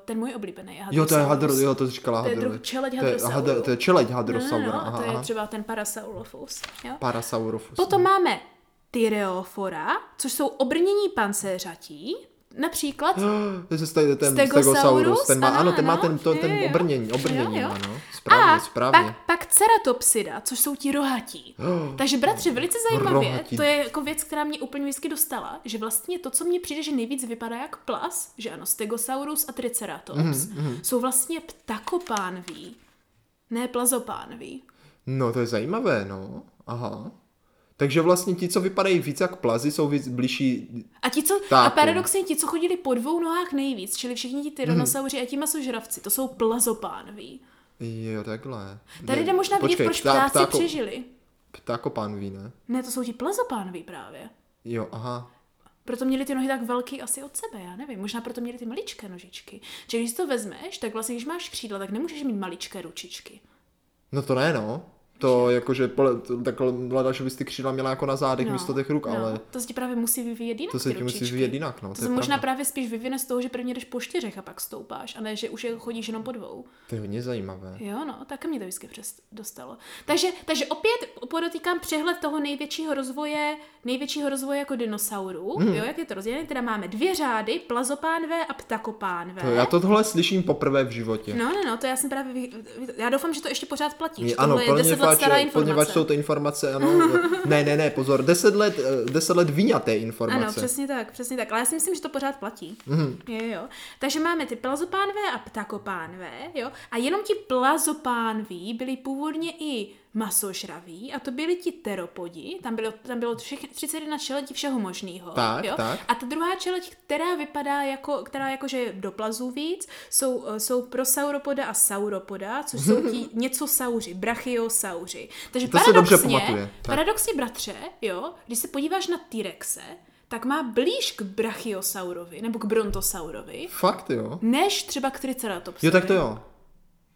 Speaker 2: ten můj oblíbený je
Speaker 1: Jo, to je
Speaker 2: hadrosaurus.
Speaker 1: hadro, jo, to jsi říkala
Speaker 2: To je
Speaker 1: hadro.
Speaker 2: druh čeleď
Speaker 1: to je,
Speaker 2: hadrosauru.
Speaker 1: hadr- to je čeleď
Speaker 2: No, no,
Speaker 1: hadrosaura.
Speaker 2: no, a to
Speaker 1: aha,
Speaker 2: je
Speaker 1: aha.
Speaker 2: třeba ten Parasaurolophus. Jo?
Speaker 1: Parasaurofus.
Speaker 2: Potom máme tyreofora, což jsou obrnění pancéřatí, například
Speaker 1: To je tady ten
Speaker 2: Stegosaurus,
Speaker 1: stegosaurus, ten má,
Speaker 2: ano,
Speaker 1: ano, ten má
Speaker 2: ano,
Speaker 1: ten, to,
Speaker 2: jo,
Speaker 1: ten
Speaker 2: jo.
Speaker 1: obrnění, obrnění
Speaker 2: Jo, jo.
Speaker 1: má, no. Správně,
Speaker 2: a
Speaker 1: správně.
Speaker 2: Pak, pak ceratopsida, což jsou ti rohatí. Takže bratře, velice zajímavě,
Speaker 1: Rohatí.
Speaker 2: to je jako věc, která mě úplně vždycky dostala, že vlastně to, co mně přijde, že nejvíc vypadá jak plas, že ano, stegosaurus a triceratops,
Speaker 1: Mhm,
Speaker 2: jsou vlastně ptakopánví, ne plazopánví.
Speaker 1: No, to je zajímavé, no. Aha. Takže vlastně ti, co vypadají víc jak plazy, jsou víc blížší
Speaker 2: A ti, co, a
Speaker 1: Ptáků. Mhm.
Speaker 2: paradoxně ti, co chodili po dvou nohách nejvíc, čili všichni ti tyrannosauři a ti masožravci, to jsou plazopánví.
Speaker 1: Jo, takhle.
Speaker 2: Tady jde možná vidět,
Speaker 1: Počkej,
Speaker 2: proč
Speaker 1: ptá-
Speaker 2: ptáci
Speaker 1: ptáko-
Speaker 2: přežili.
Speaker 1: Ptákopánví, ne?
Speaker 2: Ne, to jsou ti plazopánví právě.
Speaker 1: Jo, aha.
Speaker 2: Proto měli ty nohy tak velký asi od sebe, já nevím. Možná proto měli ty maličké nožičky. Že když si to vezmeš, tak vlastně, když máš křídla, tak nemůžeš mít maličké ručičky.
Speaker 1: No to ne, no. To jakože, pole- to- takhle mladá, že bys ty křídla měla jako na zádech no, místo těch ruk, no. ale
Speaker 2: To se ti právě musí vyvíjet jinak.
Speaker 1: to se
Speaker 2: ty
Speaker 1: ti musí
Speaker 2: ručičky.
Speaker 1: vyvíjet jinak, no.
Speaker 2: To
Speaker 1: je
Speaker 2: se možná
Speaker 1: pravda.
Speaker 2: právě spíš vyvine z toho, že prvně jdeš po čtyřech a pak stoupáš, a ne, že už je chodíš jenom po dvou.
Speaker 1: To je hodně zajímavé.
Speaker 2: Jo, no, tak mě to vždycky přes dostalo. Takže, takže opět podotýkám přehled toho největšího rozvoje, největšího rozvoje jako dinosaurů. Hmm. Jo, jak je to rozdělené? Teda máme dvě řády, plazopánvé a ptakopánvé.
Speaker 1: To, já to tohle slyším poprvé v životě.
Speaker 2: No, no, no, to já jsem právě. vy- vy- Já doufám, že to ještě pořád platí.
Speaker 1: Je-
Speaker 2: že
Speaker 1: Ano,
Speaker 2: tohle je 10 let
Speaker 1: poněvadž,
Speaker 2: stará informace.
Speaker 1: poněvadž jsou to informace, ano, ne, ne, ne, pozor, deset let, eh, deset let vyňaté informace. Mhm.
Speaker 2: Ano, přesně tak, přesně tak. Ale já si myslím, že to pořád platí. Mm. Jo, jo. Takže máme ty plazopánové a ptakopánové, jo. A jenom ti plazopánví byli původně i masožraví, a to byli ti teropodi, tam bylo, tam bylo všech, 31 čeletí všeho možného.
Speaker 1: Tak,
Speaker 2: jo?
Speaker 1: tak.
Speaker 2: A ta druhá čeleť, která vypadá jako, která jakože je do plazů víc, jsou, eh, jsou prosauropoda a sauropoda, což jsou ti něco sauři, brachiosauři. Takže
Speaker 1: Mhm. To se dobře
Speaker 2: paradoxně,
Speaker 1: pamatuje, tak.
Speaker 2: paradoxně, bratře, jo, když se podíváš na T-Rexe, tak má blíž k brachiosaurovi nebo k brontosaurovi,
Speaker 1: Fakt, jo.
Speaker 2: než třeba k triceratopsovi.
Speaker 1: Jo, tak to jo.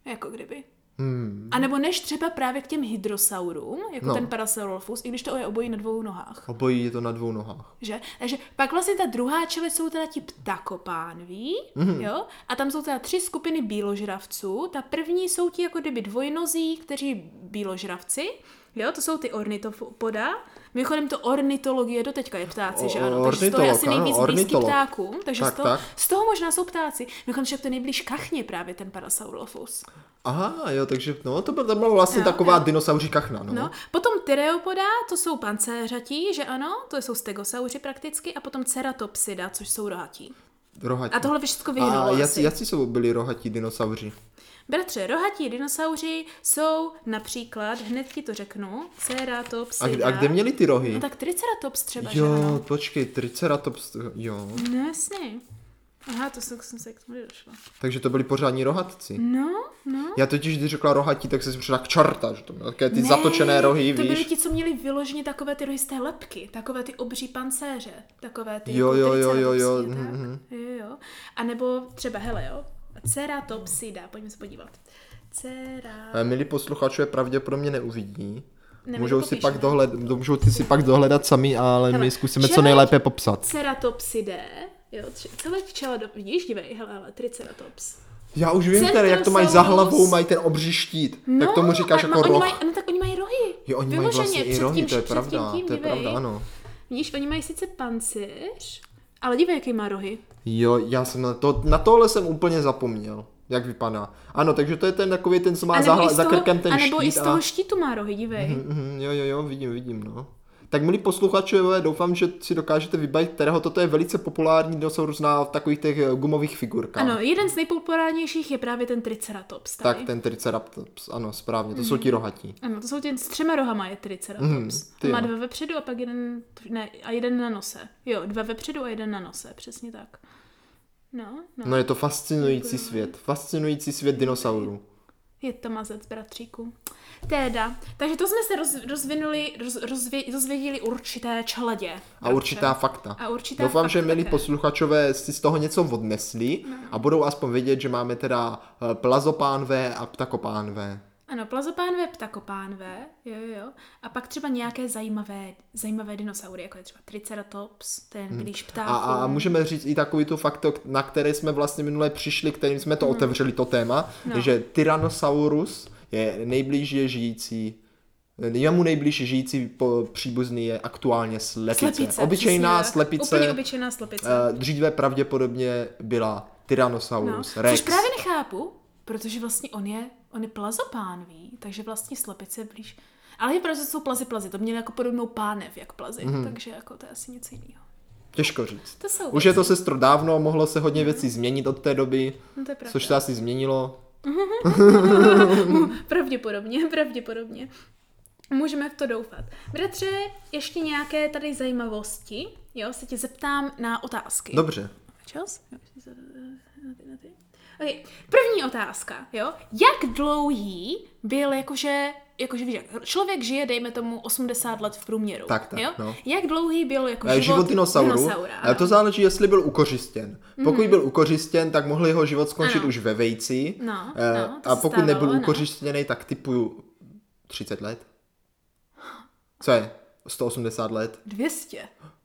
Speaker 2: Jako kdyby.
Speaker 1: Hmm.
Speaker 2: A nebo než třeba právě k těm hydrosaurům, jako
Speaker 1: No.
Speaker 2: no. ten Parasaurolophus, i když to je obojí na dvou nohách.
Speaker 1: Obojí je to na dvou nohách.
Speaker 2: Že? Takže pak vlastně ta druhá čeleť jsou teda ti ptakopánví,
Speaker 1: Mhm.
Speaker 2: mm-hmm. jo? A tam jsou teda tři skupiny bíložravců. Ta první jsou ti jako kdyby dvojnozí, kteří bíložravci, jo? To jsou ty ornitopoda. Mimochodem to ornitologie doteďka je ptáci,
Speaker 1: O-
Speaker 2: že ano? Takže to je
Speaker 1: ornitolog,
Speaker 2: asi
Speaker 1: ano,
Speaker 2: nejvíc blízký
Speaker 1: ornitolog.
Speaker 2: ptákům. Takže
Speaker 1: Tak,
Speaker 2: z, toho,
Speaker 1: tak.
Speaker 2: z toho možná jsou ptáci. Mimochodem však to je nejblíž kachně právě ten Parasaurolophus.
Speaker 1: Aha, jo, takže, no, to byla, to byla vlastně taková dinosauří kachna, no.
Speaker 2: No, potom tyreopoda, to jsou pancéřatí, že ano, to jsou stegosauři prakticky, a potom ceratopsida, což jsou rohatí.
Speaker 1: Rohatí.
Speaker 2: A tohle všechno
Speaker 1: A
Speaker 2: vyhnulo
Speaker 1: jak,
Speaker 2: asi.
Speaker 1: jak jsou byli rohatí dinosauři?
Speaker 2: Bratře, rohatí dinosauři jsou například, hned ti to řeknu,
Speaker 1: A, kde-
Speaker 2: ceratopsida.
Speaker 1: a kde měli ty rohy?
Speaker 2: No tak triceratops třeba, že
Speaker 1: jo,
Speaker 2: ano?
Speaker 1: počkej, triceratops, jo.
Speaker 2: No jasně. Aha, to jsem, jsem se k tomu došla.
Speaker 1: Takže to byli pořádní rohatci.
Speaker 2: No, no.
Speaker 1: Já totiž, když řekla rohatí, tak jsem přidala k čorta, že to měl také ty
Speaker 2: Ne,
Speaker 1: zatočené rohy,
Speaker 2: to
Speaker 1: víš.
Speaker 2: byli ti, co měli vyloženě takové ty rohy z té lepky, takové ty obří pancéře, takové ty
Speaker 1: Jo,
Speaker 2: jako
Speaker 1: jo, jo, jo, jo,
Speaker 2: triceratopsy, tak?
Speaker 1: mhm.
Speaker 2: jo, jo. A nebo třeba, hele jo, ceratopsida, pojďme se podívat. Ceratopsida.
Speaker 1: Eh, Milí posluchači je pravděpodobně neuvidí.
Speaker 2: Nebo
Speaker 1: můžou, si
Speaker 2: nepopíšeme.
Speaker 1: pak dohled, do- můžou ty si pak dohledat sami, ale
Speaker 2: Hele,
Speaker 1: my zkusíme co
Speaker 2: čeleď-
Speaker 1: nejlépe popsat.
Speaker 2: Ceratopsidé. Jo, tři, celé včela, do, vidíš, dívej, hele, hele, triceratops.
Speaker 1: Já už vím, teda, jak to mají za
Speaker 2: Centrosaurus.
Speaker 1: hlavou, mají ten obří štít.
Speaker 2: No,
Speaker 1: tak tomu říkáš
Speaker 2: a-
Speaker 1: jako
Speaker 2: oni
Speaker 1: roh.
Speaker 2: Mají, no tak oni mají rohy.
Speaker 1: Jo, oni mají
Speaker 2: Vyloženě,
Speaker 1: vlastně i
Speaker 2: před
Speaker 1: rohy,
Speaker 2: tím,
Speaker 1: to je
Speaker 2: před tím
Speaker 1: pravda,
Speaker 2: tím,
Speaker 1: to je
Speaker 2: dívej.
Speaker 1: pravda, ano.
Speaker 2: Vidíš, oni mají sice pancíř, ale dívej, jaký má rohy.
Speaker 1: Jo, já jsem na, to, na tohle jsem úplně zapomněl, jak vypadá. Ano, takže to je ten takový ten, co má za,
Speaker 2: i
Speaker 1: hla-
Speaker 2: z
Speaker 1: za
Speaker 2: toho-
Speaker 1: krkem ten
Speaker 2: a nebo i
Speaker 1: štít.
Speaker 2: z toho
Speaker 1: a...
Speaker 2: štítu má rohy, dívej.
Speaker 1: Mhm, jo, jo, jo, vidím, vidím, no. Tak milí posluchačové, doufám, že si dokážete vybavit, kterého toto je velice populární dinosaurus na takových těch eh, gumových figurkách.
Speaker 2: Ano, jeden z nejpopulárnějších je právě ten triceratops. Tady. Mhm.
Speaker 1: Tak ten Triceratops, ano, správně, to jsou ti rohatí.
Speaker 2: Ano, to jsou ten s třema rohama je triceratops.
Speaker 1: Mhm, ty
Speaker 2: Mm, má
Speaker 1: jo.
Speaker 2: dva vepředu a pak jeden, ne, a jeden na nose. Jo, dva vepředu a jeden na nose, přesně tak. No, no.
Speaker 1: No je to fascinující svět, fascinující svět dinosaurů.
Speaker 2: Je to mazec, bratříku. Teda, takže to jsme se roz, rozvinuli, roz, rozvě, dozvěděli určité čeladě.
Speaker 1: A určitá fakta.
Speaker 2: A určitá
Speaker 1: Doufám,
Speaker 2: fakta
Speaker 1: že milí
Speaker 2: také.
Speaker 1: posluchačové si z toho něco odnesli
Speaker 2: No.
Speaker 1: a budou aspoň vědět, že máme teda eh, plazopánvé a ptakopánvé.
Speaker 2: Ano, plazopánové, ptakopánové, jo, jo, jo. A pak třeba nějaké zajímavé, zajímavé dinosaury, jako je třeba Triceratops, ten blíž ptáků.
Speaker 1: Hmm. A, a a můžeme říct i takový tu fakt, na který jsme vlastně minule přišli, kterým jsme to otevřeli, to téma,
Speaker 2: Hmm. No.
Speaker 1: že Tyrannosaurus je nejblíže žijící jemu nejblíž žijící po- příbuzný je aktuálně slepice.
Speaker 2: Slepice,
Speaker 1: obyčejná
Speaker 2: přesně,
Speaker 1: slepice,
Speaker 2: Úplně obyčejná slepice.
Speaker 1: eh, dříve pravděpodobně byla
Speaker 2: No,
Speaker 1: Tyrannosaurus rex.
Speaker 2: což právě nechápu, protože vlastně on je, on je plazopánví, takže vlastně slepice je blíž. Ale je protože jsou plazy plazy, to měli jako podobnou pánev jak plazy,
Speaker 1: Mhm.
Speaker 2: mm. takže jako to je asi něco jiného.
Speaker 1: Těžko říct.
Speaker 2: To jsou
Speaker 1: Už je to sestro dávno, mohlo se hodně věcí změnit od té doby,
Speaker 2: No Mhm. to je pravda.
Speaker 1: což se asi změnilo.
Speaker 2: Pravděpodobně, pravděpodobně. Můžeme v to doufat. Bratře, ještě nějaké tady zajímavosti, jo, se tě zeptám na otázky.
Speaker 1: Dobře.
Speaker 2: Čas? Jo, už jsem se- eh, na ty- na ty. Okay. První otázka, jo. Jak dlouhý byl jakože, jakože víš, jak člověk žije, dejme tomu, 80 let v průměru.
Speaker 1: Tak, tak,
Speaker 2: jo?
Speaker 1: no.
Speaker 2: Jak dlouhý byl jako
Speaker 1: Eh,
Speaker 2: život,
Speaker 1: život dinosauru.
Speaker 2: dinosaura
Speaker 1: Eh, To
Speaker 2: ano. Mhm.
Speaker 1: záleží, jestli byl ukořistěn. Pokud byl ukořistěn, tak mohl jeho život skončit
Speaker 2: Ano.
Speaker 1: už ve vejci.
Speaker 2: No,
Speaker 1: Eh,
Speaker 2: no, to
Speaker 1: a
Speaker 2: se
Speaker 1: pokud
Speaker 2: stávalo,
Speaker 1: nebyl
Speaker 2: no.
Speaker 1: ukořistěný, tak typuju 30 let. Co je? 180 let.
Speaker 2: 200.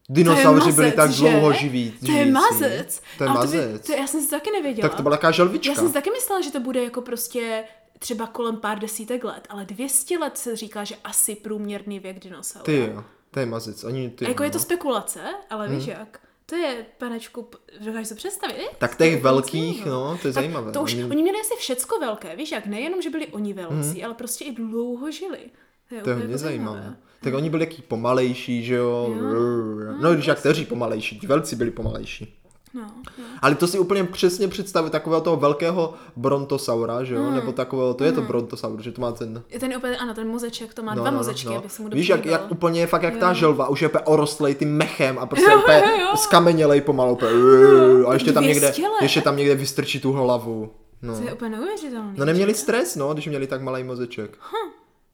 Speaker 1: Dinosauři
Speaker 2: To je
Speaker 1: byli
Speaker 2: mazec,
Speaker 1: tak
Speaker 2: že?
Speaker 1: dlouho živí.
Speaker 2: To je
Speaker 1: živící.
Speaker 2: mazec.
Speaker 1: To je
Speaker 2: Ale To, by,
Speaker 1: mazec.
Speaker 2: to, já jsem si to taky nevěděla.
Speaker 1: Tak to byla jaká želvička.
Speaker 2: Já jsem si taky myslela, že to bude jako prostě třeba kolem pár desítek let, ale 200 let se říká, že asi průměrný věk dinosaura.
Speaker 1: Ty jo, to je mazec. Oni, ty,
Speaker 2: A jako
Speaker 1: jo,
Speaker 2: je to
Speaker 1: no.
Speaker 2: spekulace, ale víš jak. To je, panečku, p- dokážeš to představit?
Speaker 1: Tak těch
Speaker 2: To
Speaker 1: velkých,
Speaker 2: je
Speaker 1: no, to je zajímavé.
Speaker 2: To už,
Speaker 1: Oni-
Speaker 2: oni měli asi všecko velké, víš jak, nejenom, že byli oni velcí, ale prostě i dlouho žili.
Speaker 1: Hmm. To je
Speaker 2: úplně
Speaker 1: hodně
Speaker 2: jako
Speaker 1: zajímavé. Tak oni byli jaký pomalejší, že jo?
Speaker 2: Jo.
Speaker 1: Rrr. No, když jak kteří pomalejší, ti velcí byli pomalejší.
Speaker 2: No, no.
Speaker 1: Ale to si úplně přesně představit takového toho velkého brontosaura, že jo?
Speaker 2: Hmm.
Speaker 1: Nebo takového, to je to brontosaur, že to má ten...
Speaker 2: Ten úplně, ano, ten mozeček, to má
Speaker 1: No,
Speaker 2: dva mozečky, aby se mu no.
Speaker 1: Víš, jak,
Speaker 2: doplýval.
Speaker 1: jak úplně fakt jak ta želva, už je úplně orostlej tím mechem a prostě
Speaker 2: Jo,
Speaker 1: úplně
Speaker 2: jo, jo.
Speaker 1: skamenělej pomalu, úplně, a ještě tam, někde,
Speaker 2: 200 let.
Speaker 1: ještě tam někde vystrčí tu hlavu. No.
Speaker 2: To je úplně neuvěřitelné.
Speaker 1: no neměli stres, no, když měli tak malý mozeček.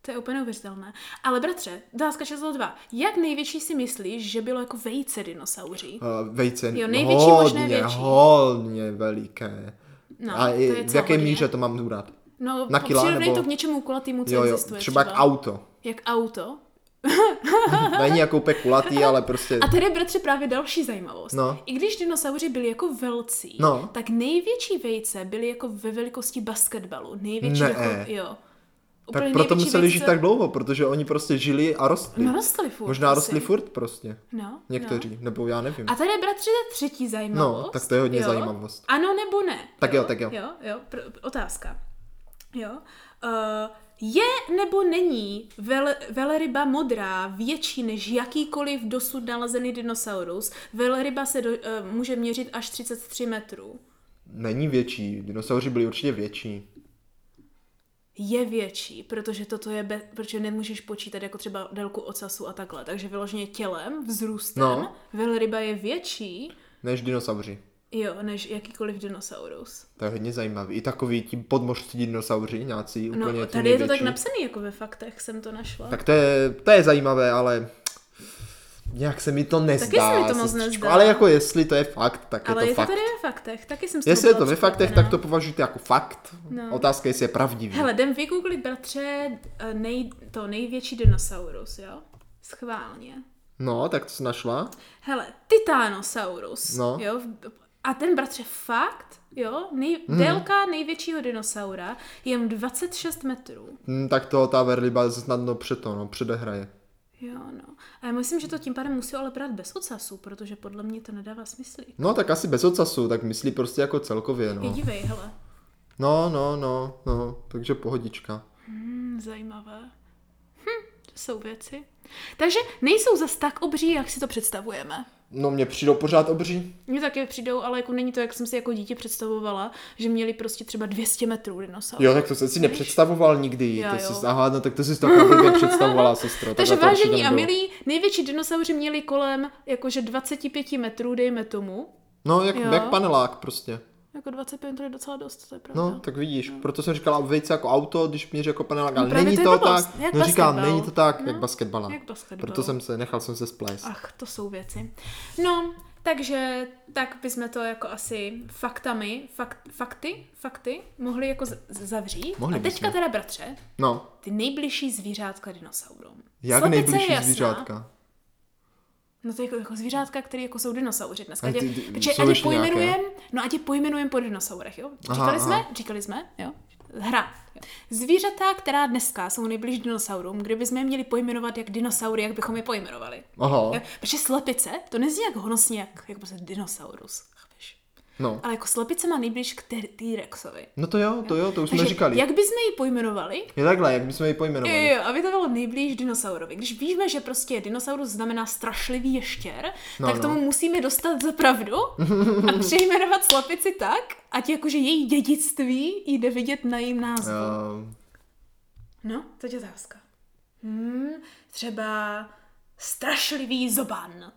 Speaker 2: To je úplně neuvěřitelné. Ale bratře, dázka číslo dva. Jak největší si myslíš, že bylo jako vejce dinosauří?
Speaker 1: Uh, vejce
Speaker 2: Jo, největší možné
Speaker 1: hodně,
Speaker 2: větší.
Speaker 1: hodně veliké.
Speaker 2: No,
Speaker 1: a
Speaker 2: to
Speaker 1: je,
Speaker 2: je
Speaker 1: v
Speaker 2: co
Speaker 1: jaké
Speaker 2: hodně?
Speaker 1: míře to mám dát?
Speaker 2: No,
Speaker 1: na kila,
Speaker 2: přirovnej
Speaker 1: nebo-
Speaker 2: to k něčemu kulatýmu, co
Speaker 1: Jo, jo, třeba,
Speaker 2: existuje.
Speaker 1: třeba jak auto.
Speaker 2: Jak auto.
Speaker 1: Není jako úplně kulatý, ale prostě...
Speaker 2: A tady je bratře právě další zajímavost.
Speaker 1: No.
Speaker 2: I když dinosauři byli jako velcí,
Speaker 1: No.
Speaker 2: tak největší vejce byly jako ve velikosti basketbalu. Největší
Speaker 1: Ne.
Speaker 2: jako, jo.
Speaker 1: Tak
Speaker 2: Úplně
Speaker 1: proto
Speaker 2: největší
Speaker 1: museli
Speaker 2: vejce-
Speaker 1: žít tak dlouho, protože oni prostě žili a rostli.
Speaker 2: No rostly furt.
Speaker 1: Možná
Speaker 2: asi.
Speaker 1: rostli furt prostě.
Speaker 2: No,
Speaker 1: Někteří,
Speaker 2: No.
Speaker 1: nebo já nevím.
Speaker 2: A tady je bratře ta třetí zajímavost.
Speaker 1: No, tak to je hodně zajímavost.
Speaker 2: Ano nebo ne?
Speaker 1: Tak jo, tak jo.
Speaker 2: Jo, jo, pr- otázka. Jo. Uh, je nebo není vel- velryba modrá větší než jakýkoliv dosud nalezený dinosaurus? Velryba se do, uh, může měřit až 33 metrů.
Speaker 1: Není větší, dinosauři byli určitě větší.
Speaker 2: Je větší, protože toto je, be- protože nemůžeš počítat jako třeba délku ocasu a takhle, takže vyloženě tělem, vzrůstem,
Speaker 1: No.
Speaker 2: velryba je větší,
Speaker 1: Než dinosauři.
Speaker 2: jo, než jakýkoliv dinosaurus.
Speaker 1: To je hodně zajímavý. I takový ti podmořští dinosauři, nějací
Speaker 2: No,
Speaker 1: úplně ti
Speaker 2: tady je to tak
Speaker 1: největší.
Speaker 2: napsané, jako ve faktech jsem to našla.
Speaker 1: Tak to je, to je zajímavé, ale nějak se mi to nezdá.
Speaker 2: se mi to moc
Speaker 1: sestřičko.
Speaker 2: nezdá.
Speaker 1: Ale jako jestli to je fakt, tak
Speaker 2: Ale
Speaker 1: je to
Speaker 2: je
Speaker 1: fakt.
Speaker 2: to tady ve faktech, taky jsem z toho
Speaker 1: Jestli je
Speaker 2: byla
Speaker 1: to ve faktech,
Speaker 2: překvapená.
Speaker 1: tak to považujte jako fakt.
Speaker 2: No.
Speaker 1: Otázka je, jestli je pravdivý.
Speaker 2: Hele, jdem vygooglit, bratře, eh, nej, to největší dinosaurus, jo? Schválně.
Speaker 1: No, tak to jsi našla.
Speaker 2: Hele, Titanosaurus,
Speaker 1: No.
Speaker 2: jo? v- A ten, bratře, fakt, jo? Nej,
Speaker 1: Mhm.
Speaker 2: Délka největšího dinosaura je jen 26 metrů.
Speaker 1: Hm, tak to ta verliba snadno přeto, no, předehraje.
Speaker 2: Jo, no. A já myslím, že to tím pádem musí ale brát bez ocasu, protože podle mě to nedává smysl.
Speaker 1: No, tak asi bez ocasu, tak myslí prostě jako celkově,
Speaker 2: Je
Speaker 1: no.
Speaker 2: dívej, hele.
Speaker 1: No, no, no, no, takže pohodička.
Speaker 2: Hmm, zajímavé. Hm, to jsou věci. Takže nejsou zas tak obří, jak si to představujeme.
Speaker 1: No, mě přijdou pořád obří.
Speaker 2: Mně taky přijdou, ale jako není to, jak jsem si jako dítě představovala, že měli prostě třeba 200 metrů dinosaur.
Speaker 1: Jo, tak to jsem si nepředstavoval nikdy.
Speaker 2: Já
Speaker 1: to
Speaker 2: jo.
Speaker 1: jsi, aha, no, tak to jsi to opravdu představovala, sestro.
Speaker 2: Takže
Speaker 1: takhle to určitě
Speaker 2: vážení a
Speaker 1: nebylo.
Speaker 2: milí, největší dinosauři měli kolem jakože 25 metrů, dejme tomu.
Speaker 1: No, jak,
Speaker 2: Jo.
Speaker 1: jak panelák prostě.
Speaker 2: Jako 25 minut je docela dost, to je pravda.
Speaker 1: No, tak vidíš, proto jsem říkala vejce jako auto, když mě řekl pane Lagal,
Speaker 2: No, právě
Speaker 1: není
Speaker 2: to je
Speaker 1: to
Speaker 2: blbost,
Speaker 1: tak,
Speaker 2: jak
Speaker 1: no říkám,
Speaker 2: basketbal.
Speaker 1: není to tak,
Speaker 2: No,
Speaker 1: jak basketbala.
Speaker 2: jak basketbal. Ah.
Speaker 1: Proto jsem se, nechal jsem se splést.
Speaker 2: Ach, to jsou věci. No, takže tak bychom to jako asi faktami, fakt, fakty, fakty mohli jako z- zavřít.
Speaker 1: Mohli
Speaker 2: A teďka
Speaker 1: bychom.
Speaker 2: teda, bratře,
Speaker 1: No,
Speaker 2: ty nejbližší zvířátka dinosaurům.
Speaker 1: jak
Speaker 2: Slepice je
Speaker 1: nejbližší
Speaker 2: jasná.
Speaker 1: zvířátka.
Speaker 2: No to je jako, jako zvířátka, které jako jsou dinosauři dneska.
Speaker 1: A ty-
Speaker 2: Tě,
Speaker 1: ty-
Speaker 2: takže
Speaker 1: jsou
Speaker 2: ať je
Speaker 1: ještě nějaké?
Speaker 2: pojmenujem, no ať je pojmenujem po dinosaurech, jo?
Speaker 1: Aha,
Speaker 2: Říkali jsme,
Speaker 1: aha.
Speaker 2: říkali jsme, jo? Hra. Zvířata, která dneska jsou nejbliž dinosaurům, kdybychom je měli pojmenovat jak dinosaury, jak bychom je pojmenovali.
Speaker 1: Aha,
Speaker 2: Jo, Protože slepice, to nezní jak honosně, jak, jak prostě dinosaurus, chápeš?
Speaker 1: no.
Speaker 2: Ale jako slepice má nejblíž k T- T-Rexovi.
Speaker 1: No to jo, to jo, to už jsme
Speaker 2: Takže
Speaker 1: říkali.
Speaker 2: jak bychom ji pojmenovali?
Speaker 1: Je takhle, jak bychom ji
Speaker 2: Jo,
Speaker 1: pojmenovali.
Speaker 2: jo, jo, aby to bylo nejblíž dinosaurovi. Když víme, že prostě dinosaurus znamená strašlivý ještěr,
Speaker 1: No,
Speaker 2: no, tak
Speaker 1: no.
Speaker 2: tomu musíme dostat za pravdu a přejmenovat slepici tak, ať jakože její dědictví jde vidět na jejím názvu.
Speaker 1: Ehm,
Speaker 2: No, to je otázka. Hmm, třeba strašlivý zoban.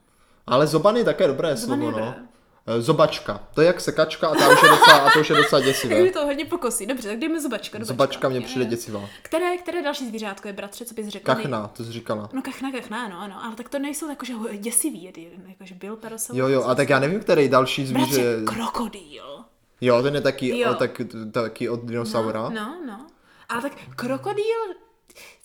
Speaker 1: Ale zoban je také dobré
Speaker 2: Zoban je
Speaker 1: slovo, no.
Speaker 2: dobré.
Speaker 1: Eh, Zobačka. To je jak sekačka a, ta už je docela, a to už je docela
Speaker 2: Tak mi
Speaker 1: děsivé.
Speaker 2: to hodně pokosí. Dobře, tak dejme zubačka. do
Speaker 1: Zobačka mě
Speaker 2: Jo,
Speaker 1: přijde
Speaker 2: jo.
Speaker 1: děsivá.
Speaker 2: Které, které další zvířátko je, bratře, co bys řekl?
Speaker 1: Kachna, to jsi říkala.
Speaker 2: No kachna, kachna, no, ano, ale tak to nejsou jakože ho- děsivý jedy, jakože byl perosov.
Speaker 1: Jo, jo, a tak já nevím, který další
Speaker 2: Bratře,
Speaker 1: zvíře...
Speaker 2: krokodýl.
Speaker 1: Jo, ten je taky,
Speaker 2: Jo.
Speaker 1: o, tak, taky od dinosaura.
Speaker 2: No, no. Ale tak krokodýl,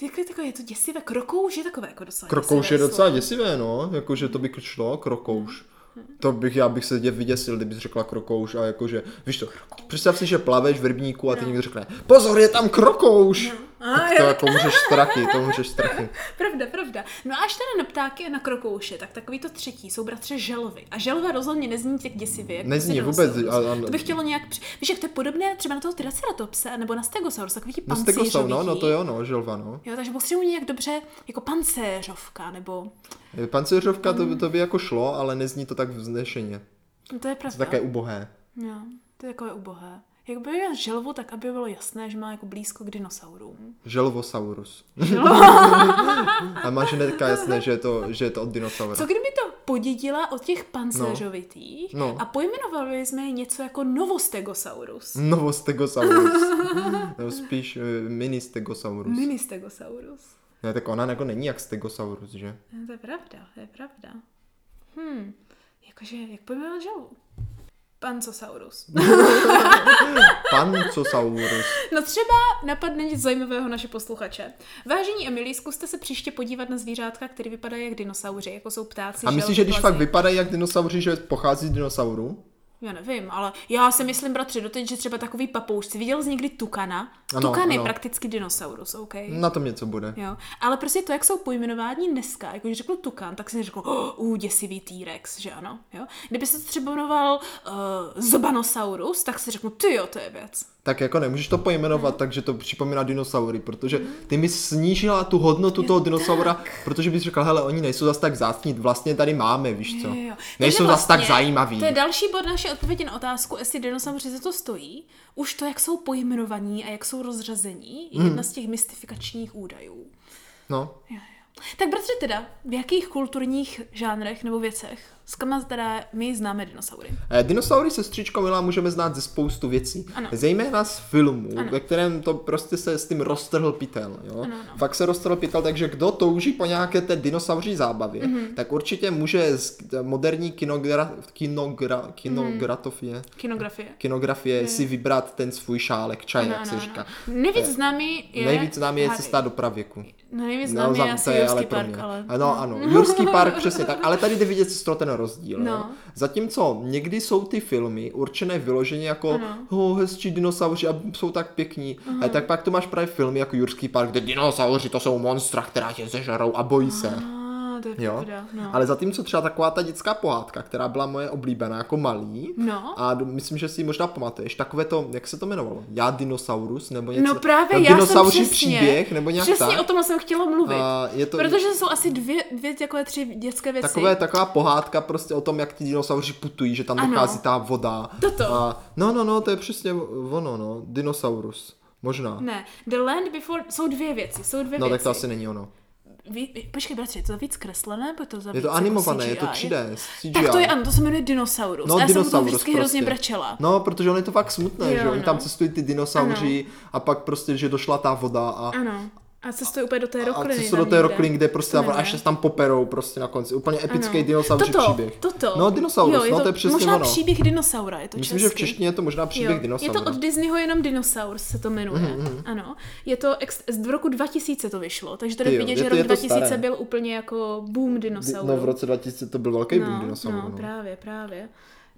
Speaker 2: takové, takové, je to děsivé, krokouž je takové jako docela
Speaker 1: Krokouš
Speaker 2: děsivé
Speaker 1: je docela
Speaker 2: slovo.
Speaker 1: děsivé, no. Jakože to by šlo, krokouš.
Speaker 2: Mhm.
Speaker 1: To bych, já bych se dě vyděsil, kdyby jsi řekla krokouš a jakože, víš to, představ si, že plaveš v rybníku a ty někdo řekne, pozor, je tam krokouš! Tak
Speaker 2: A No. jo,
Speaker 1: to jako můžeš strachy, to můžeš strachy.
Speaker 2: Pravda, pravda. No a až teda na ptáky a na krokouše, tak takový to třetí jsou bratře želvy. A želva rozhodně nezní tak děsivě. Jak
Speaker 1: Nezní
Speaker 2: prostě
Speaker 1: vůbec,
Speaker 2: dinosaurus.
Speaker 1: a- a-
Speaker 2: To bych chtělo nějak... při- Víš, jak to je podobné třeba na toho Triceratopse nebo na Stegosaurus, takový ti
Speaker 1: No z toho jsou,
Speaker 2: pancířovití.
Speaker 1: no, no to jo, no, želva, no.
Speaker 2: Jo, takže potřebuji nějak dobře, jako pancéřovka, nebo... No,
Speaker 1: Pancéřovka to,
Speaker 2: Mhm.
Speaker 1: by- to by jako šlo, ale nezní to tak vznešeně.
Speaker 2: No to je pravda.
Speaker 1: To také ubohé.
Speaker 2: Jo, to je takové ubohé. Jak by měl želvu, tak aby bylo jasné, že má jako blízko k dinosaurům.
Speaker 1: Želvosaurus.
Speaker 2: No.
Speaker 1: A máš hnedka jasné, že je to, že je to od dinosaura.
Speaker 2: Co kdyby to podědila od těch pancéřovitých
Speaker 1: No. No.
Speaker 2: a pojmenovali jsme je něco jako novostegosaurus?
Speaker 1: Novostegosaurus. Nebo spíš eh, mini stegosaurus.
Speaker 2: Mini stegosaurus.
Speaker 1: Ne, tak ona jako není jak stegosaurus, že?
Speaker 2: No, to je pravda, to je pravda. Hm, jakože, jak pojmenovat želvu? Pancosaurus.
Speaker 1: No. Pancosaurus.
Speaker 2: No třeba napadne nic zajímavého naše posluchače. Vážení Emily, zkuste se příště podívat na zvířátka, které vypadají jak dinosauři, jako jsou ptáci.
Speaker 1: A myslíš,
Speaker 2: želvy,
Speaker 1: že když
Speaker 2: plazy?
Speaker 1: fakt vypadají jak dinosauři, že pochází z dinosaurů?
Speaker 2: Já nevím, ale já si myslím, bratře, doteď, že třeba takový papouš. Jsi viděl z někdy tukana? Ano,
Speaker 1: Ano,
Speaker 2: Tukan je
Speaker 1: ano. Hmm,
Speaker 2: prakticky dinosaurus, OK?
Speaker 1: Na tom něco bude.
Speaker 2: Jo. Ale prostě to, jak jsou pojmenováni dneska, jako když řekl tukan, tak si řekl, oh, ú, děsivý T-Rex, že ano? Jo? Kdyby se to třeba jmenoval uh, Zobanosaurus, tak si řeknu, ty jo, to je věc.
Speaker 1: Tak jako nemůžeš to pojmenovat, takže to připomíná dinosaury, protože ty mi snížila tu hodnotu toho dinosaura, protože bys řekla, hele, oni nejsou zas tak zácní, vlastně tady máme, víš co.
Speaker 2: Jo, jo. Takže vlastně
Speaker 1: Nejsou zas tak zajímaví.
Speaker 2: To je další bod naší odpovědi na otázku, jestli dinosauři za to stojí. Už to, jak jsou pojmenovaní a jak jsou rozřazení, je
Speaker 1: Hmm.
Speaker 2: jedna z těch mystifikačních údajů.
Speaker 1: No,
Speaker 2: Tak bratře teda, v jakých kulturních žánrech nebo věcech s kama teda my známe dinosaury?
Speaker 1: Eh, Dinosaury se stříčkou Milá můžeme znát ze spoustu věcí.
Speaker 2: Ano.
Speaker 1: Zejména z filmů, ve kterém to prostě se s tím roztrhl pytel. Jo?
Speaker 2: Ano, ano.
Speaker 1: Fakt se roztrhl pytel, takže kdo touží po nějaké té dinosauří zábavě,
Speaker 2: Mhm.
Speaker 1: tak určitě může z t- moderní kinogra,
Speaker 2: Mhm.
Speaker 1: kinogra, kinografie,
Speaker 2: Kinografie.
Speaker 1: kinografie
Speaker 2: Mhm.
Speaker 1: si vybrat ten svůj šálek čaj, jak se říká. Eh,
Speaker 2: Nejvíc známý je...
Speaker 1: Nejvíc nám je
Speaker 2: Harry.
Speaker 1: cesta do pravěku.
Speaker 2: No, nejvíc známý
Speaker 1: za-
Speaker 2: je asi Jurský park, ale...
Speaker 1: No, ano, Jurský park, přesně tak. Ale tady jde vidět sestro ten rozdíl.
Speaker 2: No.
Speaker 1: No. Jo? Zatímco někdy jsou ty filmy určené vyloženě jako oh, hezčí dinosauři a jsou tak pěkní, a tak pak tu máš právě filmy jako Jurský park, kde dinosauři to jsou monstra, která tě zežerou a bojí se.
Speaker 2: Ah, to je
Speaker 1: Jo?
Speaker 2: pravda, no.
Speaker 1: Ale zatímco třeba taková ta dětská pohádka, která byla moje oblíbená jako malý,
Speaker 2: No.
Speaker 1: a do- myslím, že si ji možná pamatuješ, takové to, jak se to jmenovalo? Já dinosaurus nebo něco?
Speaker 2: No právě,
Speaker 1: no,
Speaker 2: já jsem
Speaker 1: dinosauří
Speaker 2: přesně,
Speaker 1: příběh nebo nějak
Speaker 2: přesně
Speaker 1: tak.
Speaker 2: o tom jsem chtěla mluvit.
Speaker 1: A je to-
Speaker 2: Protože jsou asi dvě, dvě takové tři dětské věci.
Speaker 1: Takové, taková pohádka prostě o tom, jak ti dinosauři putují, že tam
Speaker 2: Ano.
Speaker 1: dochází ta voda.
Speaker 2: Toto.
Speaker 1: A, no, no, no, to je přesně ono, no. Dinosaurus. Možná.
Speaker 2: Ne, The Land Before jsou dvě věci, jsou dvě
Speaker 1: no,
Speaker 2: věci.
Speaker 1: tak to asi není ono.
Speaker 2: Vy, vy, počkej, bratře, je to víc kreslené, nebo je to za
Speaker 1: Je
Speaker 2: víc
Speaker 1: to
Speaker 2: jako
Speaker 1: animované, je
Speaker 2: CGI?
Speaker 1: to 3D, s CGI.
Speaker 2: Tak to je, ano, to se jmenuje Dinosaurus.
Speaker 1: No,
Speaker 2: a já jsem to
Speaker 1: dinosaurus
Speaker 2: vždycky
Speaker 1: prostě.
Speaker 2: hrozně brečela.
Speaker 1: No, protože on je to fakt smutné,
Speaker 2: Jo,
Speaker 1: že jo? Oni
Speaker 2: no.
Speaker 1: tam cestují ty dinosauři a pak prostě, že došla ta voda a...
Speaker 2: Ano. A cestuje úplně do té
Speaker 1: A
Speaker 2: rokliny.
Speaker 1: co jsou do
Speaker 2: tam
Speaker 1: té
Speaker 2: někde.
Speaker 1: rokliny, kde prostě
Speaker 2: To
Speaker 1: a až
Speaker 2: jmenuje.
Speaker 1: se tam poperou prostě na konci. Úplně epický
Speaker 2: Ano.
Speaker 1: dinosauří
Speaker 2: No. toto,
Speaker 1: příběh.
Speaker 2: Toto.
Speaker 1: No, dinosaurus,
Speaker 2: jo,
Speaker 1: no,
Speaker 2: to,
Speaker 1: to je přesně
Speaker 2: Možná
Speaker 1: ono.
Speaker 2: příběh dinosaura, je to
Speaker 1: Myslím, že
Speaker 2: česky.
Speaker 1: v češtině je to možná příběh no. dinosaura. Mhm,
Speaker 2: Je to od Disneyho jenom Dinosaurs se to jmenuje. Ano. Je to ex- z roku 2000 to vyšlo, takže tady
Speaker 1: Ty jo,
Speaker 2: vidět,
Speaker 1: je
Speaker 2: že
Speaker 1: to-
Speaker 2: rok
Speaker 1: je to
Speaker 2: 2000
Speaker 1: staré.
Speaker 2: byl úplně jako boom dinosaurů.
Speaker 1: No, v roce 2000 to byl velký boom dinosaurů.
Speaker 2: No,
Speaker 1: no.
Speaker 2: právě, právě.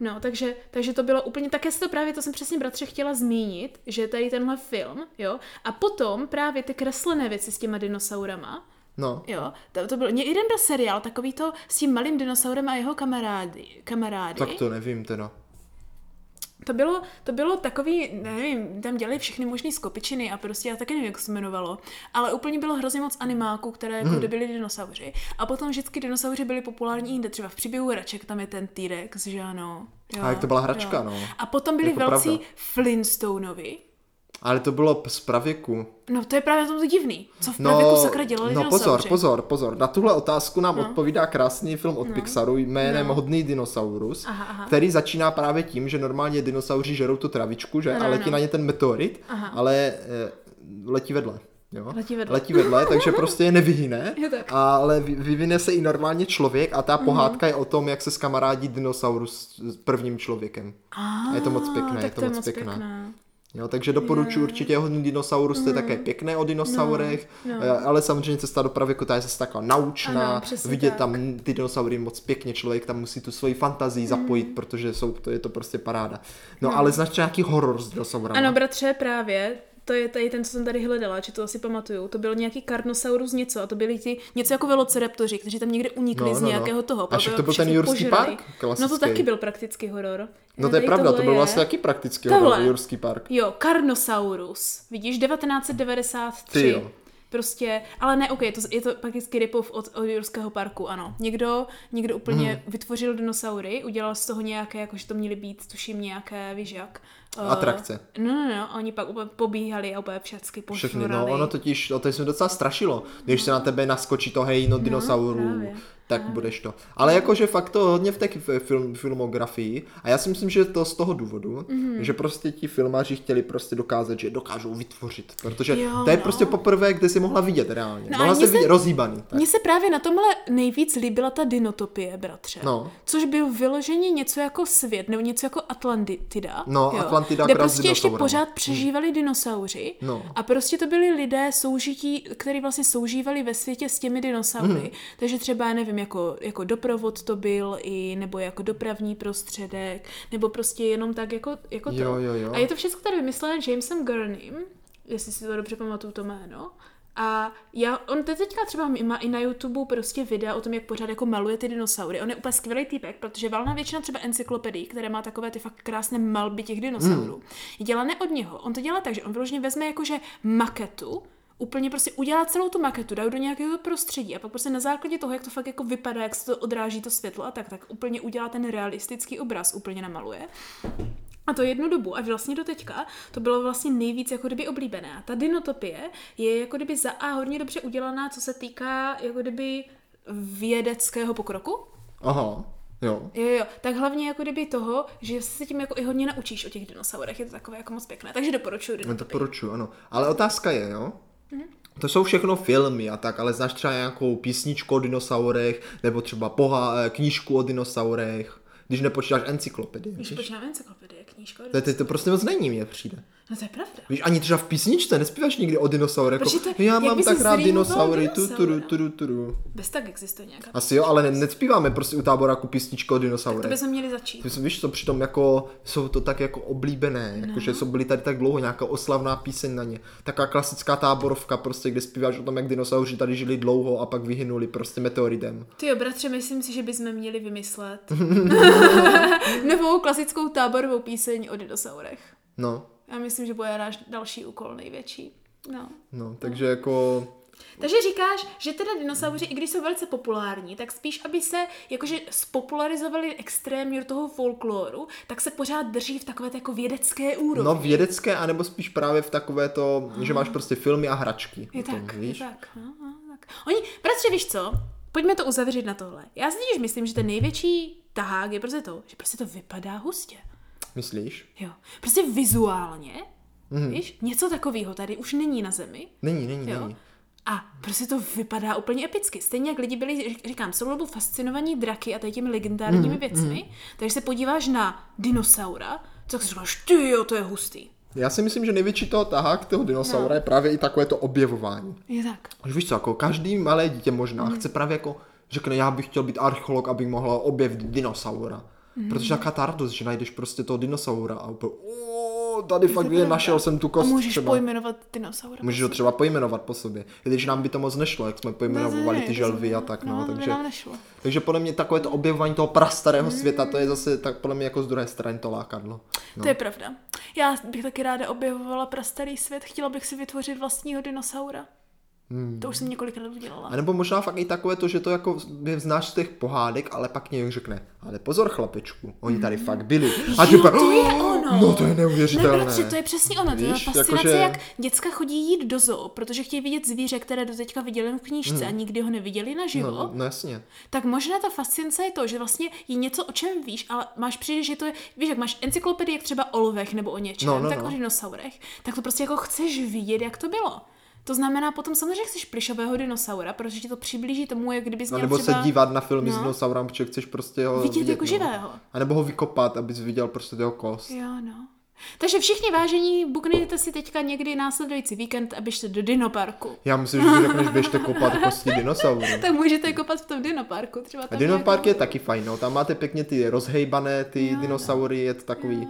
Speaker 2: No, takže, takže to bylo úplně, také se to právě, to jsem přesně bratře chtěla zmínit, že tady tenhle film, jo, a potom právě ty kreslené věci s těma dinosaurama,
Speaker 1: No.
Speaker 2: jo, to, to byl, mě jeden byl seriál, takový to s tím malým dinosaurem a jeho kamarády, kamarády.
Speaker 1: Tak to nevím teda.
Speaker 2: To bylo, to bylo takový, nevím, tam dělali všechny možné skopičiny a prostě já taky nevím, jak se jmenovalo, ale úplně bylo hrozně moc animáků, které jako hmm. byly dinosauři. A potom vždycky dinosauři byli populární jinde, třeba v příběhu Hraček, tam je ten T-Rex, že ano. Jo,
Speaker 1: A jak to byla hračka,
Speaker 2: jo.
Speaker 1: no.
Speaker 2: A potom byli
Speaker 1: Jako
Speaker 2: jako velcí
Speaker 1: pravda.
Speaker 2: pravda. Flintstoneovi.
Speaker 1: Ale to bylo p- z pravěku.
Speaker 2: No to je právě to divný, co v
Speaker 1: No,
Speaker 2: pravěku sakra dělali
Speaker 1: no
Speaker 2: dinosauři. No.
Speaker 1: pozor, pozor, pozor. Na tuhle otázku nám odpovídá krásný film od Pixaru jménem Hodný dinosaurus,
Speaker 2: Aha, aha.
Speaker 1: který začíná právě tím, že normálně dinosauři žerou tu travičku, že? a
Speaker 2: Ano,
Speaker 1: letí
Speaker 2: ano.
Speaker 1: na ně ten meteorit,
Speaker 2: No, Aha.
Speaker 1: ale eh, letí vedle. Jo?
Speaker 2: Letí vedle.
Speaker 1: letí vedle, takže prostě je nevyhyne,
Speaker 2: Je tak. Mhm.
Speaker 1: ale vy- vyvine se i normálně člověk a ta pohádka je o tom, jak se skamarádí dinosaurus s prvním člověkem.
Speaker 2: A,
Speaker 1: je to moc pěkné,
Speaker 2: tak
Speaker 1: je to moc pěkné.
Speaker 2: pěkné.
Speaker 1: Jo, takže doporučuji určitě hodný dinosaurus, to je také pěkné o dinosaurech,
Speaker 2: Mhm. No, no.
Speaker 1: eh, ale samozřejmě cesta do pravěku, ta je zase taková naučná,
Speaker 2: Ano, přesně
Speaker 1: vidět
Speaker 2: tak.
Speaker 1: tam ty dinosaury moc pěkně, člověk tam musí tu svoji
Speaker 2: Mhm.
Speaker 1: fantazii zapojit, protože jsou, to je to prostě paráda. No, ale značně nějaký horor s dinosaurama.
Speaker 2: Ano, bratře, právě. To je tady ten, co jsem tady hledala, či to asi pamatuju. To byl nějaký Carnosaurus něco a to byli ti něco jako velociraptoři, kteří tam někde unikli
Speaker 1: No,
Speaker 2: z
Speaker 1: no, no.
Speaker 2: nějakého toho.
Speaker 1: A
Speaker 2: pak
Speaker 1: však
Speaker 2: ho
Speaker 1: to byl ten
Speaker 2: všichni
Speaker 1: Jurský
Speaker 2: požrali.
Speaker 1: park klasický.
Speaker 2: No to taky byl prakticky horor.
Speaker 1: no to je
Speaker 2: Tady
Speaker 1: pravda, to
Speaker 2: tohle
Speaker 1: byl
Speaker 2: je-
Speaker 1: vlastně taky prakticky
Speaker 2: Tohle.
Speaker 1: horor, Jurský park.
Speaker 2: Jo, Carnosaurus. Vidíš, 1993.
Speaker 1: Ty jo.
Speaker 2: Prostě, ale ne, ok, je to, je to prakticky ripov od, od Jurského parku, ano. Někdo, někdo úplně hmm. vytvořil dinosaury, udělal z toho nějaké, jakože to měly být, tuším, nějaké, víš jak. eh,
Speaker 1: Atrakce.
Speaker 2: No, no, no, a oni pak úplně pobíhali a úplně všecky
Speaker 1: Všechny,
Speaker 2: pošurali.
Speaker 1: no ono totiž, o to se docela strašilo, když se na tebe naskočí to hejno dinosaurů,
Speaker 2: No, právě,
Speaker 1: tak budeš to. Ale jakože fakt to hodně v té k- film, filmografii a já si myslím, že to z toho důvodu,
Speaker 2: Mhm.
Speaker 1: že prostě ti filmaři chtěli prostě dokázat, že dokážou vytvořit, protože
Speaker 2: Jo,
Speaker 1: to je
Speaker 2: no.
Speaker 1: prostě poprvé, kde si mohla vidět reálně.
Speaker 2: No a
Speaker 1: mohla
Speaker 2: mně
Speaker 1: se
Speaker 2: se-
Speaker 1: vidět rozhýbaný. Tak.
Speaker 2: Mně se právě na tomhle nejvíc líbila ta dinotopie, bratře.
Speaker 1: No.
Speaker 2: Což byl vyloženě něco jako svět, nebo něco jako Atlantida.
Speaker 1: No, Atlantida
Speaker 2: Kde
Speaker 1: akorát s
Speaker 2: prostě ještě
Speaker 1: dinosaurama. Hmm.
Speaker 2: pořád přežívali dinosauři.
Speaker 1: No.
Speaker 2: A prostě to byli lidé soužití, kteří vlastně soužívali ve světě s těmi dinosaury.
Speaker 1: Hmm.
Speaker 2: Takže třeba, já nevím, jako, jako doprovod to byl, i, nebo jako dopravní prostředek, nebo prostě jenom tak jako, jako to.
Speaker 1: Jo, jo, jo.
Speaker 2: A je to všechno tady vymyslené Jamesem Gurneym, jestli si to dobře pamatuju to jméno. A já, on te- teďka třeba má i na YouTube prostě videa o tom, jak pořád jako maluje ty dinosaury. On je úplně skvělý týpek, protože valná většina třeba encyklopedií, které má takové ty fakt krásné malby těch dinosaurů,
Speaker 1: Hmm.
Speaker 2: je dělané od něho. On to dělá tak, že on vyloženě vezme jakože maketu, úplně prostě udělá celou tu maketu, dá ji do nějakého prostředí a pak prostě na základě toho, jak to fakt jako vypadá, jak se to odráží to světlo a tak, tak úplně udělá ten realistický obraz, úplně namaluje. A to jednu dobu, a vlastně do teďka, to bylo vlastně nejvíc jako kdyby oblíbené. A ta dinotopie je jako kdyby za A hodně dobře udělaná, co se týká jako kdyby vědeckého pokroku.
Speaker 1: Aha, jo.
Speaker 2: Jo, jo, tak hlavně jako kdyby toho, že se tím jako i hodně naučíš o těch dinosaurech, je to takové jako moc pěkné, takže doporučuji
Speaker 1: No,
Speaker 2: dinotopii.
Speaker 1: Doporučuji, ano. Ale otázka je, jo? To jsou všechno filmy a tak, ale znáš třeba nějakou písničku o dinosaurech, nebo třeba poha- eh, knížku o dinosaurech, když nepočítáš encyklopedii.
Speaker 2: Když
Speaker 1: víš?
Speaker 2: počínáme encyklopedie, knížka,
Speaker 1: To, to, to prostě moc není, mně přijde.
Speaker 2: no to je pravda.
Speaker 1: Víš, ani třeba v písničce nespíváš nikdy o dinosaurech.
Speaker 2: Protože
Speaker 1: Jako,
Speaker 2: to-
Speaker 1: já
Speaker 2: jak
Speaker 1: mám
Speaker 2: by
Speaker 1: tak
Speaker 2: si
Speaker 1: rád
Speaker 2: zrýmoval
Speaker 1: dinosaury, tu,
Speaker 2: dinosaura?
Speaker 1: tu, tu, tu, tu.
Speaker 2: Bez tak existuje nějaká.
Speaker 1: Asi jo, ale ne, nespíváme prostě u táboráku písničku o
Speaker 2: To
Speaker 1: dinosaurech.
Speaker 2: bychom měli začít.
Speaker 1: Myslím, víš, co přitom jako, jsou to tak jako oblíbené, no. jakože jsou byly tady tak dlouho, nějaká oslavná píseň na ně. Taká klasická táborovka prostě, kde zpíváš o tom, jak dinosauři tady žili dlouho a pak vyhynuli prostě meteoritem.
Speaker 2: Ty jo, bratře, myslím si, že bychom měli vymyslet novou klasickou táborovou píseň o dinosaurech.
Speaker 1: No,
Speaker 2: Já myslím, že bude náš další úkol největší. No.
Speaker 1: no, takže jako...
Speaker 2: Takže říkáš, že teda dinosauři, i když jsou velice populární, tak spíš, aby se jakože spopularizovali extrémně do toho folkloru, tak se pořád drží v takové té jako vědecké úrovni.
Speaker 1: No vědecké, anebo spíš právě v takové to, že máš prostě filmy a hračky.
Speaker 2: Je
Speaker 1: o tom,
Speaker 2: tak,
Speaker 1: víš?
Speaker 2: je tak. No, no, tak. Oni, bratře, víš co? Pojďme to uzavřít na tohle. Já si totiž myslím, že ten největší tahák je prostě to, že prostě to vypadá hustě.
Speaker 1: Myslíš?
Speaker 2: Jo. Prostě vizuálně,
Speaker 1: Mhm.
Speaker 2: mm. víš, něco takového tady už není na zemi.
Speaker 1: Není, není,
Speaker 2: Jo.
Speaker 1: není.
Speaker 2: A prostě to vypadá úplně epicky. Stejně jak lidi byli, ř- říkám, celou dobu fascinovaní draky a tady těmi legendárními
Speaker 1: Mm,
Speaker 2: věcmi. Takže se podíváš na dinosaura, tak si říkáš, ty jo, to je hustý.
Speaker 1: Já si myslím, že největší toho tahák toho
Speaker 2: No.
Speaker 1: dinosaura je právě i takové to objevování.
Speaker 2: Je tak.
Speaker 1: Už víš co, jako každý malé dítě možná
Speaker 2: Mhm.
Speaker 1: chce právě jako, řekne, já bych chtěl být archeolog, abych mohl objevit dinosaura.
Speaker 2: Mhm.
Speaker 1: Protože jaká ta radost, že najdeš prostě toho dinosaura a úplně, "Ó, tady fakt je, našel jsem tu kost
Speaker 2: a můžeš
Speaker 1: třeba.
Speaker 2: pojmenovat dinosaura. Prostě.
Speaker 1: Můžeš ho třeba pojmenovat po sobě. I když nám by to moc nešlo, jak jsme pojmenovali ty želvy a tak, no,
Speaker 2: no to by
Speaker 1: takže...
Speaker 2: nám nešlo.
Speaker 1: Takže podle mě takové to objevování toho prastarého světa, to
Speaker 2: Mhm.
Speaker 1: je zase tak podle mě jako z druhé strany to lákadlo.
Speaker 2: No. To je pravda. Já bych taky ráda objevovala prastarý svět, chtěla bych si vytvořit vlastního dinosaura. Hmm. To už jsem několikrát udělala.
Speaker 1: A nebo možná fakt i takové to, že to jako je vznáš z těch pohádek, ale pak někdo řekne, ale pozor chlapečku, oni tady fakt byli. A ty
Speaker 2: Jo,
Speaker 1: úplně,
Speaker 2: to je
Speaker 1: "Oh,
Speaker 2: ono.
Speaker 1: No to je
Speaker 2: Ne,
Speaker 1: neuvěřitelné.
Speaker 2: bratře, to je přesně ono. To je
Speaker 1: Víš,
Speaker 2: fascinace,
Speaker 1: jakože-
Speaker 2: jak děcka chodí jít do zoo, protože chtějí vidět zvíře, které do teďka viděli jen v knížce a nikdy ho neviděli naživo.
Speaker 1: Hmm. no, no jasně.
Speaker 2: Tak možná ta fascinace je to, že vlastně je něco, o čem víš, ale máš přijde, že to je, víš, jak máš encyklopedii, jak třeba o lovech nebo o něčem,
Speaker 1: No, no,
Speaker 2: tak
Speaker 1: no.
Speaker 2: o dinosaurech, tak to prostě jako chceš vidět, jak to bylo. To znamená potom samozřejmě chceš plišového dinosaura, protože ti to přiblíží tomu, jak kdyby
Speaker 1: A
Speaker 2: měl
Speaker 1: No, nebo
Speaker 2: třeba...
Speaker 1: se dívat na filmy s
Speaker 2: No.
Speaker 1: dinosaurem, protože chceš prostě ho
Speaker 2: Vidět jako
Speaker 1: no.
Speaker 2: živého.
Speaker 1: A nebo ho vykopat, abys viděl prostě jeho kost.
Speaker 2: Jo, no. Takže všichni vážení, bukněte si teďka někdy následující víkend a běžte do dinoparku.
Speaker 1: Já myslím, že mi řekneš, běžte kopat kosti dinosaurů.
Speaker 2: Tak můžete kopat v tom dinoparku. Třeba
Speaker 1: A
Speaker 2: tam
Speaker 1: dinopark
Speaker 2: nějakou-
Speaker 1: je taky fajn, no. tam máte pěkně ty rozhejbané, ty
Speaker 2: Jo, no.
Speaker 1: dinosaury, je to takový,
Speaker 2: Jo,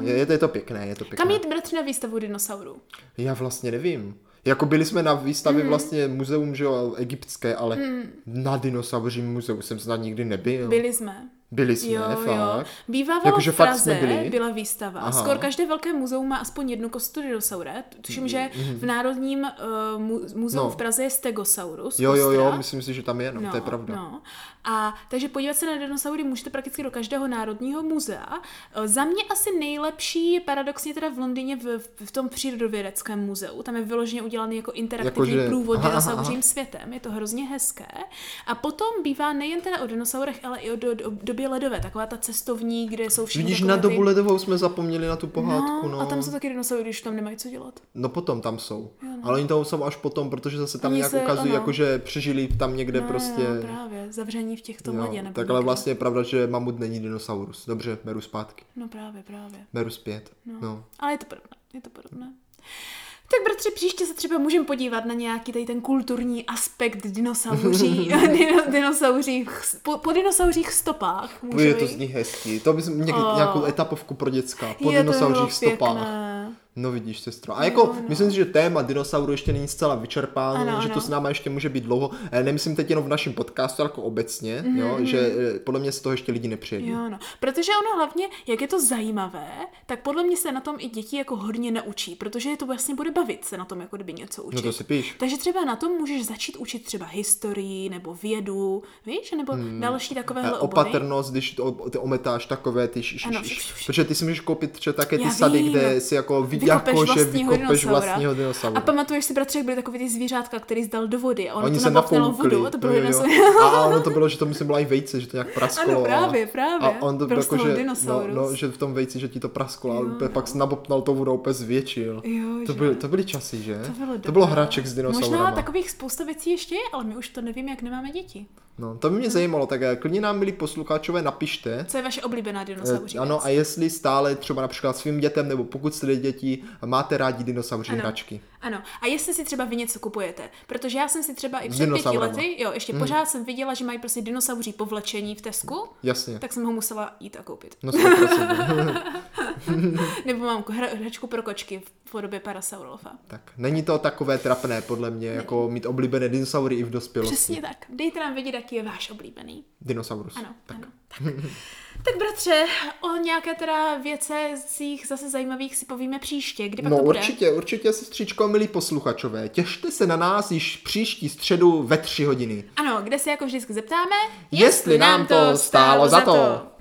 Speaker 1: no, je, je, to, je to pěkné, je to pěkné.
Speaker 2: Kam jít bratři na výstavu dinosaurů?
Speaker 1: Já vlastně nevím. Jako byli jsme na výstavě
Speaker 2: Mhm.
Speaker 1: mm. vlastně muzeum, že jo, egyptské, ale mm. na dinosaurím muzeu jsem snad nikdy nebyl.
Speaker 2: Byli jsme.
Speaker 1: byli jsme,
Speaker 2: jo,
Speaker 1: fakt.
Speaker 2: jo. Bývávalo
Speaker 1: Jakože
Speaker 2: v
Speaker 1: fakt
Speaker 2: Praze,
Speaker 1: jsme byli?
Speaker 2: byla výstava.
Speaker 1: Aha.
Speaker 2: Aha. Skoro každé velké muzeum má aspoň jednu kostu dinosaura. Tuším, že v Národním uh, mu- muzeu
Speaker 1: Mhm, No.
Speaker 2: v Praze je Stegosaurus.
Speaker 1: Jo, jo, jo,
Speaker 2: kostra.
Speaker 1: myslím si, že tam je, no, no to je pravda. No.
Speaker 2: No. A takže podívat se na dinosaury můžete prakticky do každého národního muzea. E, Za mě asi nejlepší je paradoxně teda v Londýně v, v tom přírodovědeckém muzeu. Tam je vyloženě udělaný jako interaktivní
Speaker 1: Jakože-
Speaker 2: jako, průvod
Speaker 1: aha, aha,
Speaker 2: dinosaurím
Speaker 1: aha.
Speaker 2: světem. Je to hrozně hezké. A potom bývá nejen teda o dinosaurech, ale i o do, do, době ledové. Taková ta cestovní, kde jsou všichni
Speaker 1: Vidíš,
Speaker 2: takové
Speaker 1: na dobu
Speaker 2: ty...
Speaker 1: ledovou jsme zapomněli na tu pohádku,
Speaker 2: no,
Speaker 1: no.
Speaker 2: A tam jsou taky dinosaury, když tam nemají co dělat.
Speaker 1: No potom tam jsou. Ale oni tam jsou až potom, protože zase tam
Speaker 2: no. Oni
Speaker 1: nějak
Speaker 2: se-
Speaker 1: ukazují,
Speaker 2: ano.
Speaker 1: jako že přežili tam někde
Speaker 2: No,
Speaker 1: prostě.
Speaker 2: no, právě, zavření v těchto ledě. nebo
Speaker 1: tak ale
Speaker 2: někde.
Speaker 1: vlastně je pravda, že mamut není dinosaurus. Dobře, beru zpátky.
Speaker 2: No právě, právě.
Speaker 1: Beru zpět. No.
Speaker 2: No.
Speaker 1: no.
Speaker 2: Ale je to podobné, je to podobné. Tak bratře, příště se třeba můžeme podívat na nějaký tady ten kulturní aspekt dinosauří, dino, dinosaurích, po, po dinosaurích stopách. Můžeme
Speaker 1: Je to
Speaker 2: jít.
Speaker 1: zní hezky. To bys někdy
Speaker 2: O.
Speaker 1: nějakou etapovku pro děcka. Po
Speaker 2: Je, to bylo
Speaker 1: dinosaurích stopách.
Speaker 2: pěkné.
Speaker 1: No vidíš, sestro. A jako,
Speaker 2: Jo, no.
Speaker 1: myslím si, že téma dinosauru ještě není zcela vyčerpáno,
Speaker 2: Ano,
Speaker 1: že to
Speaker 2: ano.
Speaker 1: s náma ještě může být dlouho. Eh, Nemyslím teď jenom v našem podcastu, ale jako obecně, mm-hmm. jo, že eh, podle mě z toho ještě lidi nepřijedí.
Speaker 2: Mhm, Jo, no. Protože ono hlavně, jak je to zajímavé, tak podle mě se na tom i děti jako hodně naučí, protože je to vlastně bude bavit se na tom jako kdyby něco učit.
Speaker 1: No to si píš.
Speaker 2: Takže třeba na tom můžeš začít učit třeba historii nebo vědu, víš, nebo
Speaker 1: Eh,
Speaker 2: další takovéhle obory.
Speaker 1: Opatrnost, když to- ty ometáš takové ty š, š,
Speaker 2: No, Ano,
Speaker 1: š,
Speaker 2: š- š-
Speaker 1: š,
Speaker 2: š.
Speaker 1: protože ty si můžeš koupit třeba také ty
Speaker 2: Já
Speaker 1: sady,
Speaker 2: vím. no.
Speaker 1: kde si jako vidí,
Speaker 2: Vykopeš
Speaker 1: jako že
Speaker 2: vlastního
Speaker 1: vykopeš
Speaker 2: dinosaura.
Speaker 1: vlastního dinosaura.
Speaker 2: A pamatuješ si, bratře, jak byly takový ty zvířátka, který zdal do vody a ono
Speaker 1: Oni
Speaker 2: to
Speaker 1: se
Speaker 2: nabapnalo
Speaker 1: nafoukli.
Speaker 2: vodu a to bylo
Speaker 1: Jo, jo,
Speaker 2: dinosaur.
Speaker 1: jo. A a ono to bylo, že to myslím byla i vejce, že to nějak prasklo.
Speaker 2: Ano, právě,
Speaker 1: a-
Speaker 2: právě.
Speaker 1: A on to bylo jako,
Speaker 2: Prasknul
Speaker 1: že, no,
Speaker 2: dinosaurus.
Speaker 1: no, že v tom vejci, že ti to prasklo a
Speaker 2: Jo,
Speaker 1: úplně pak se nabopnal tou vodou, úplně zvětšil.
Speaker 2: Jo,
Speaker 1: To,
Speaker 2: že?
Speaker 1: byly, to byly časy, že?
Speaker 2: To bylo,
Speaker 1: to bylo
Speaker 2: dobré.
Speaker 1: hráček s dinosaurama.
Speaker 2: Možná takových spousta věcí ještě je, ale my už to nevíme, jak nemáme děti.
Speaker 1: No, to by mě zajímalo, tak eh, klidně nám, milí posluchačové, napište,
Speaker 2: Co je vaše oblíbená
Speaker 1: eh,
Speaker 2: dinosauří?
Speaker 1: ano, a
Speaker 2: věc?
Speaker 1: jestli stále třeba například svým dětem, nebo pokud jste děti, máte rádi dinosauří
Speaker 2: Ano.
Speaker 1: hračky.
Speaker 2: ano. A jestli si třeba vy něco kupujete, protože já jsem si třeba i
Speaker 1: S
Speaker 2: před pěti
Speaker 1: dinosaurama. Hmm.
Speaker 2: lety, jo, ještě pořád jsem viděla, že mají prostě dinosauří povlečení v Tesku,
Speaker 1: Jasně.
Speaker 2: tak jsem ho musela jít a koupit.
Speaker 1: No, 100%. Hmm.
Speaker 2: Nebo mám hra, hračku pro kočky v podobě Parasaurolofa.
Speaker 1: tak. Není to takové trapné, podle mě, jako mít oblíbené dinosaury i v dospělosti.
Speaker 2: Přesně tak. Dejte nám vědět, jaký je váš oblíbený.
Speaker 1: Dinosaurus.
Speaker 2: Ano, tak. ano. Tak. Tak bratře, o nějaké teda věcech zase zajímavých si povíme příště, kdy pak
Speaker 1: No
Speaker 2: to bude.
Speaker 1: určitě, určitě, sestřičko, milí posluchačové, těšte se na nás již příští středu ve tři hodiny.
Speaker 2: Ano, kde se jako vždycky zeptáme,
Speaker 1: Jestli nám to stálo za to.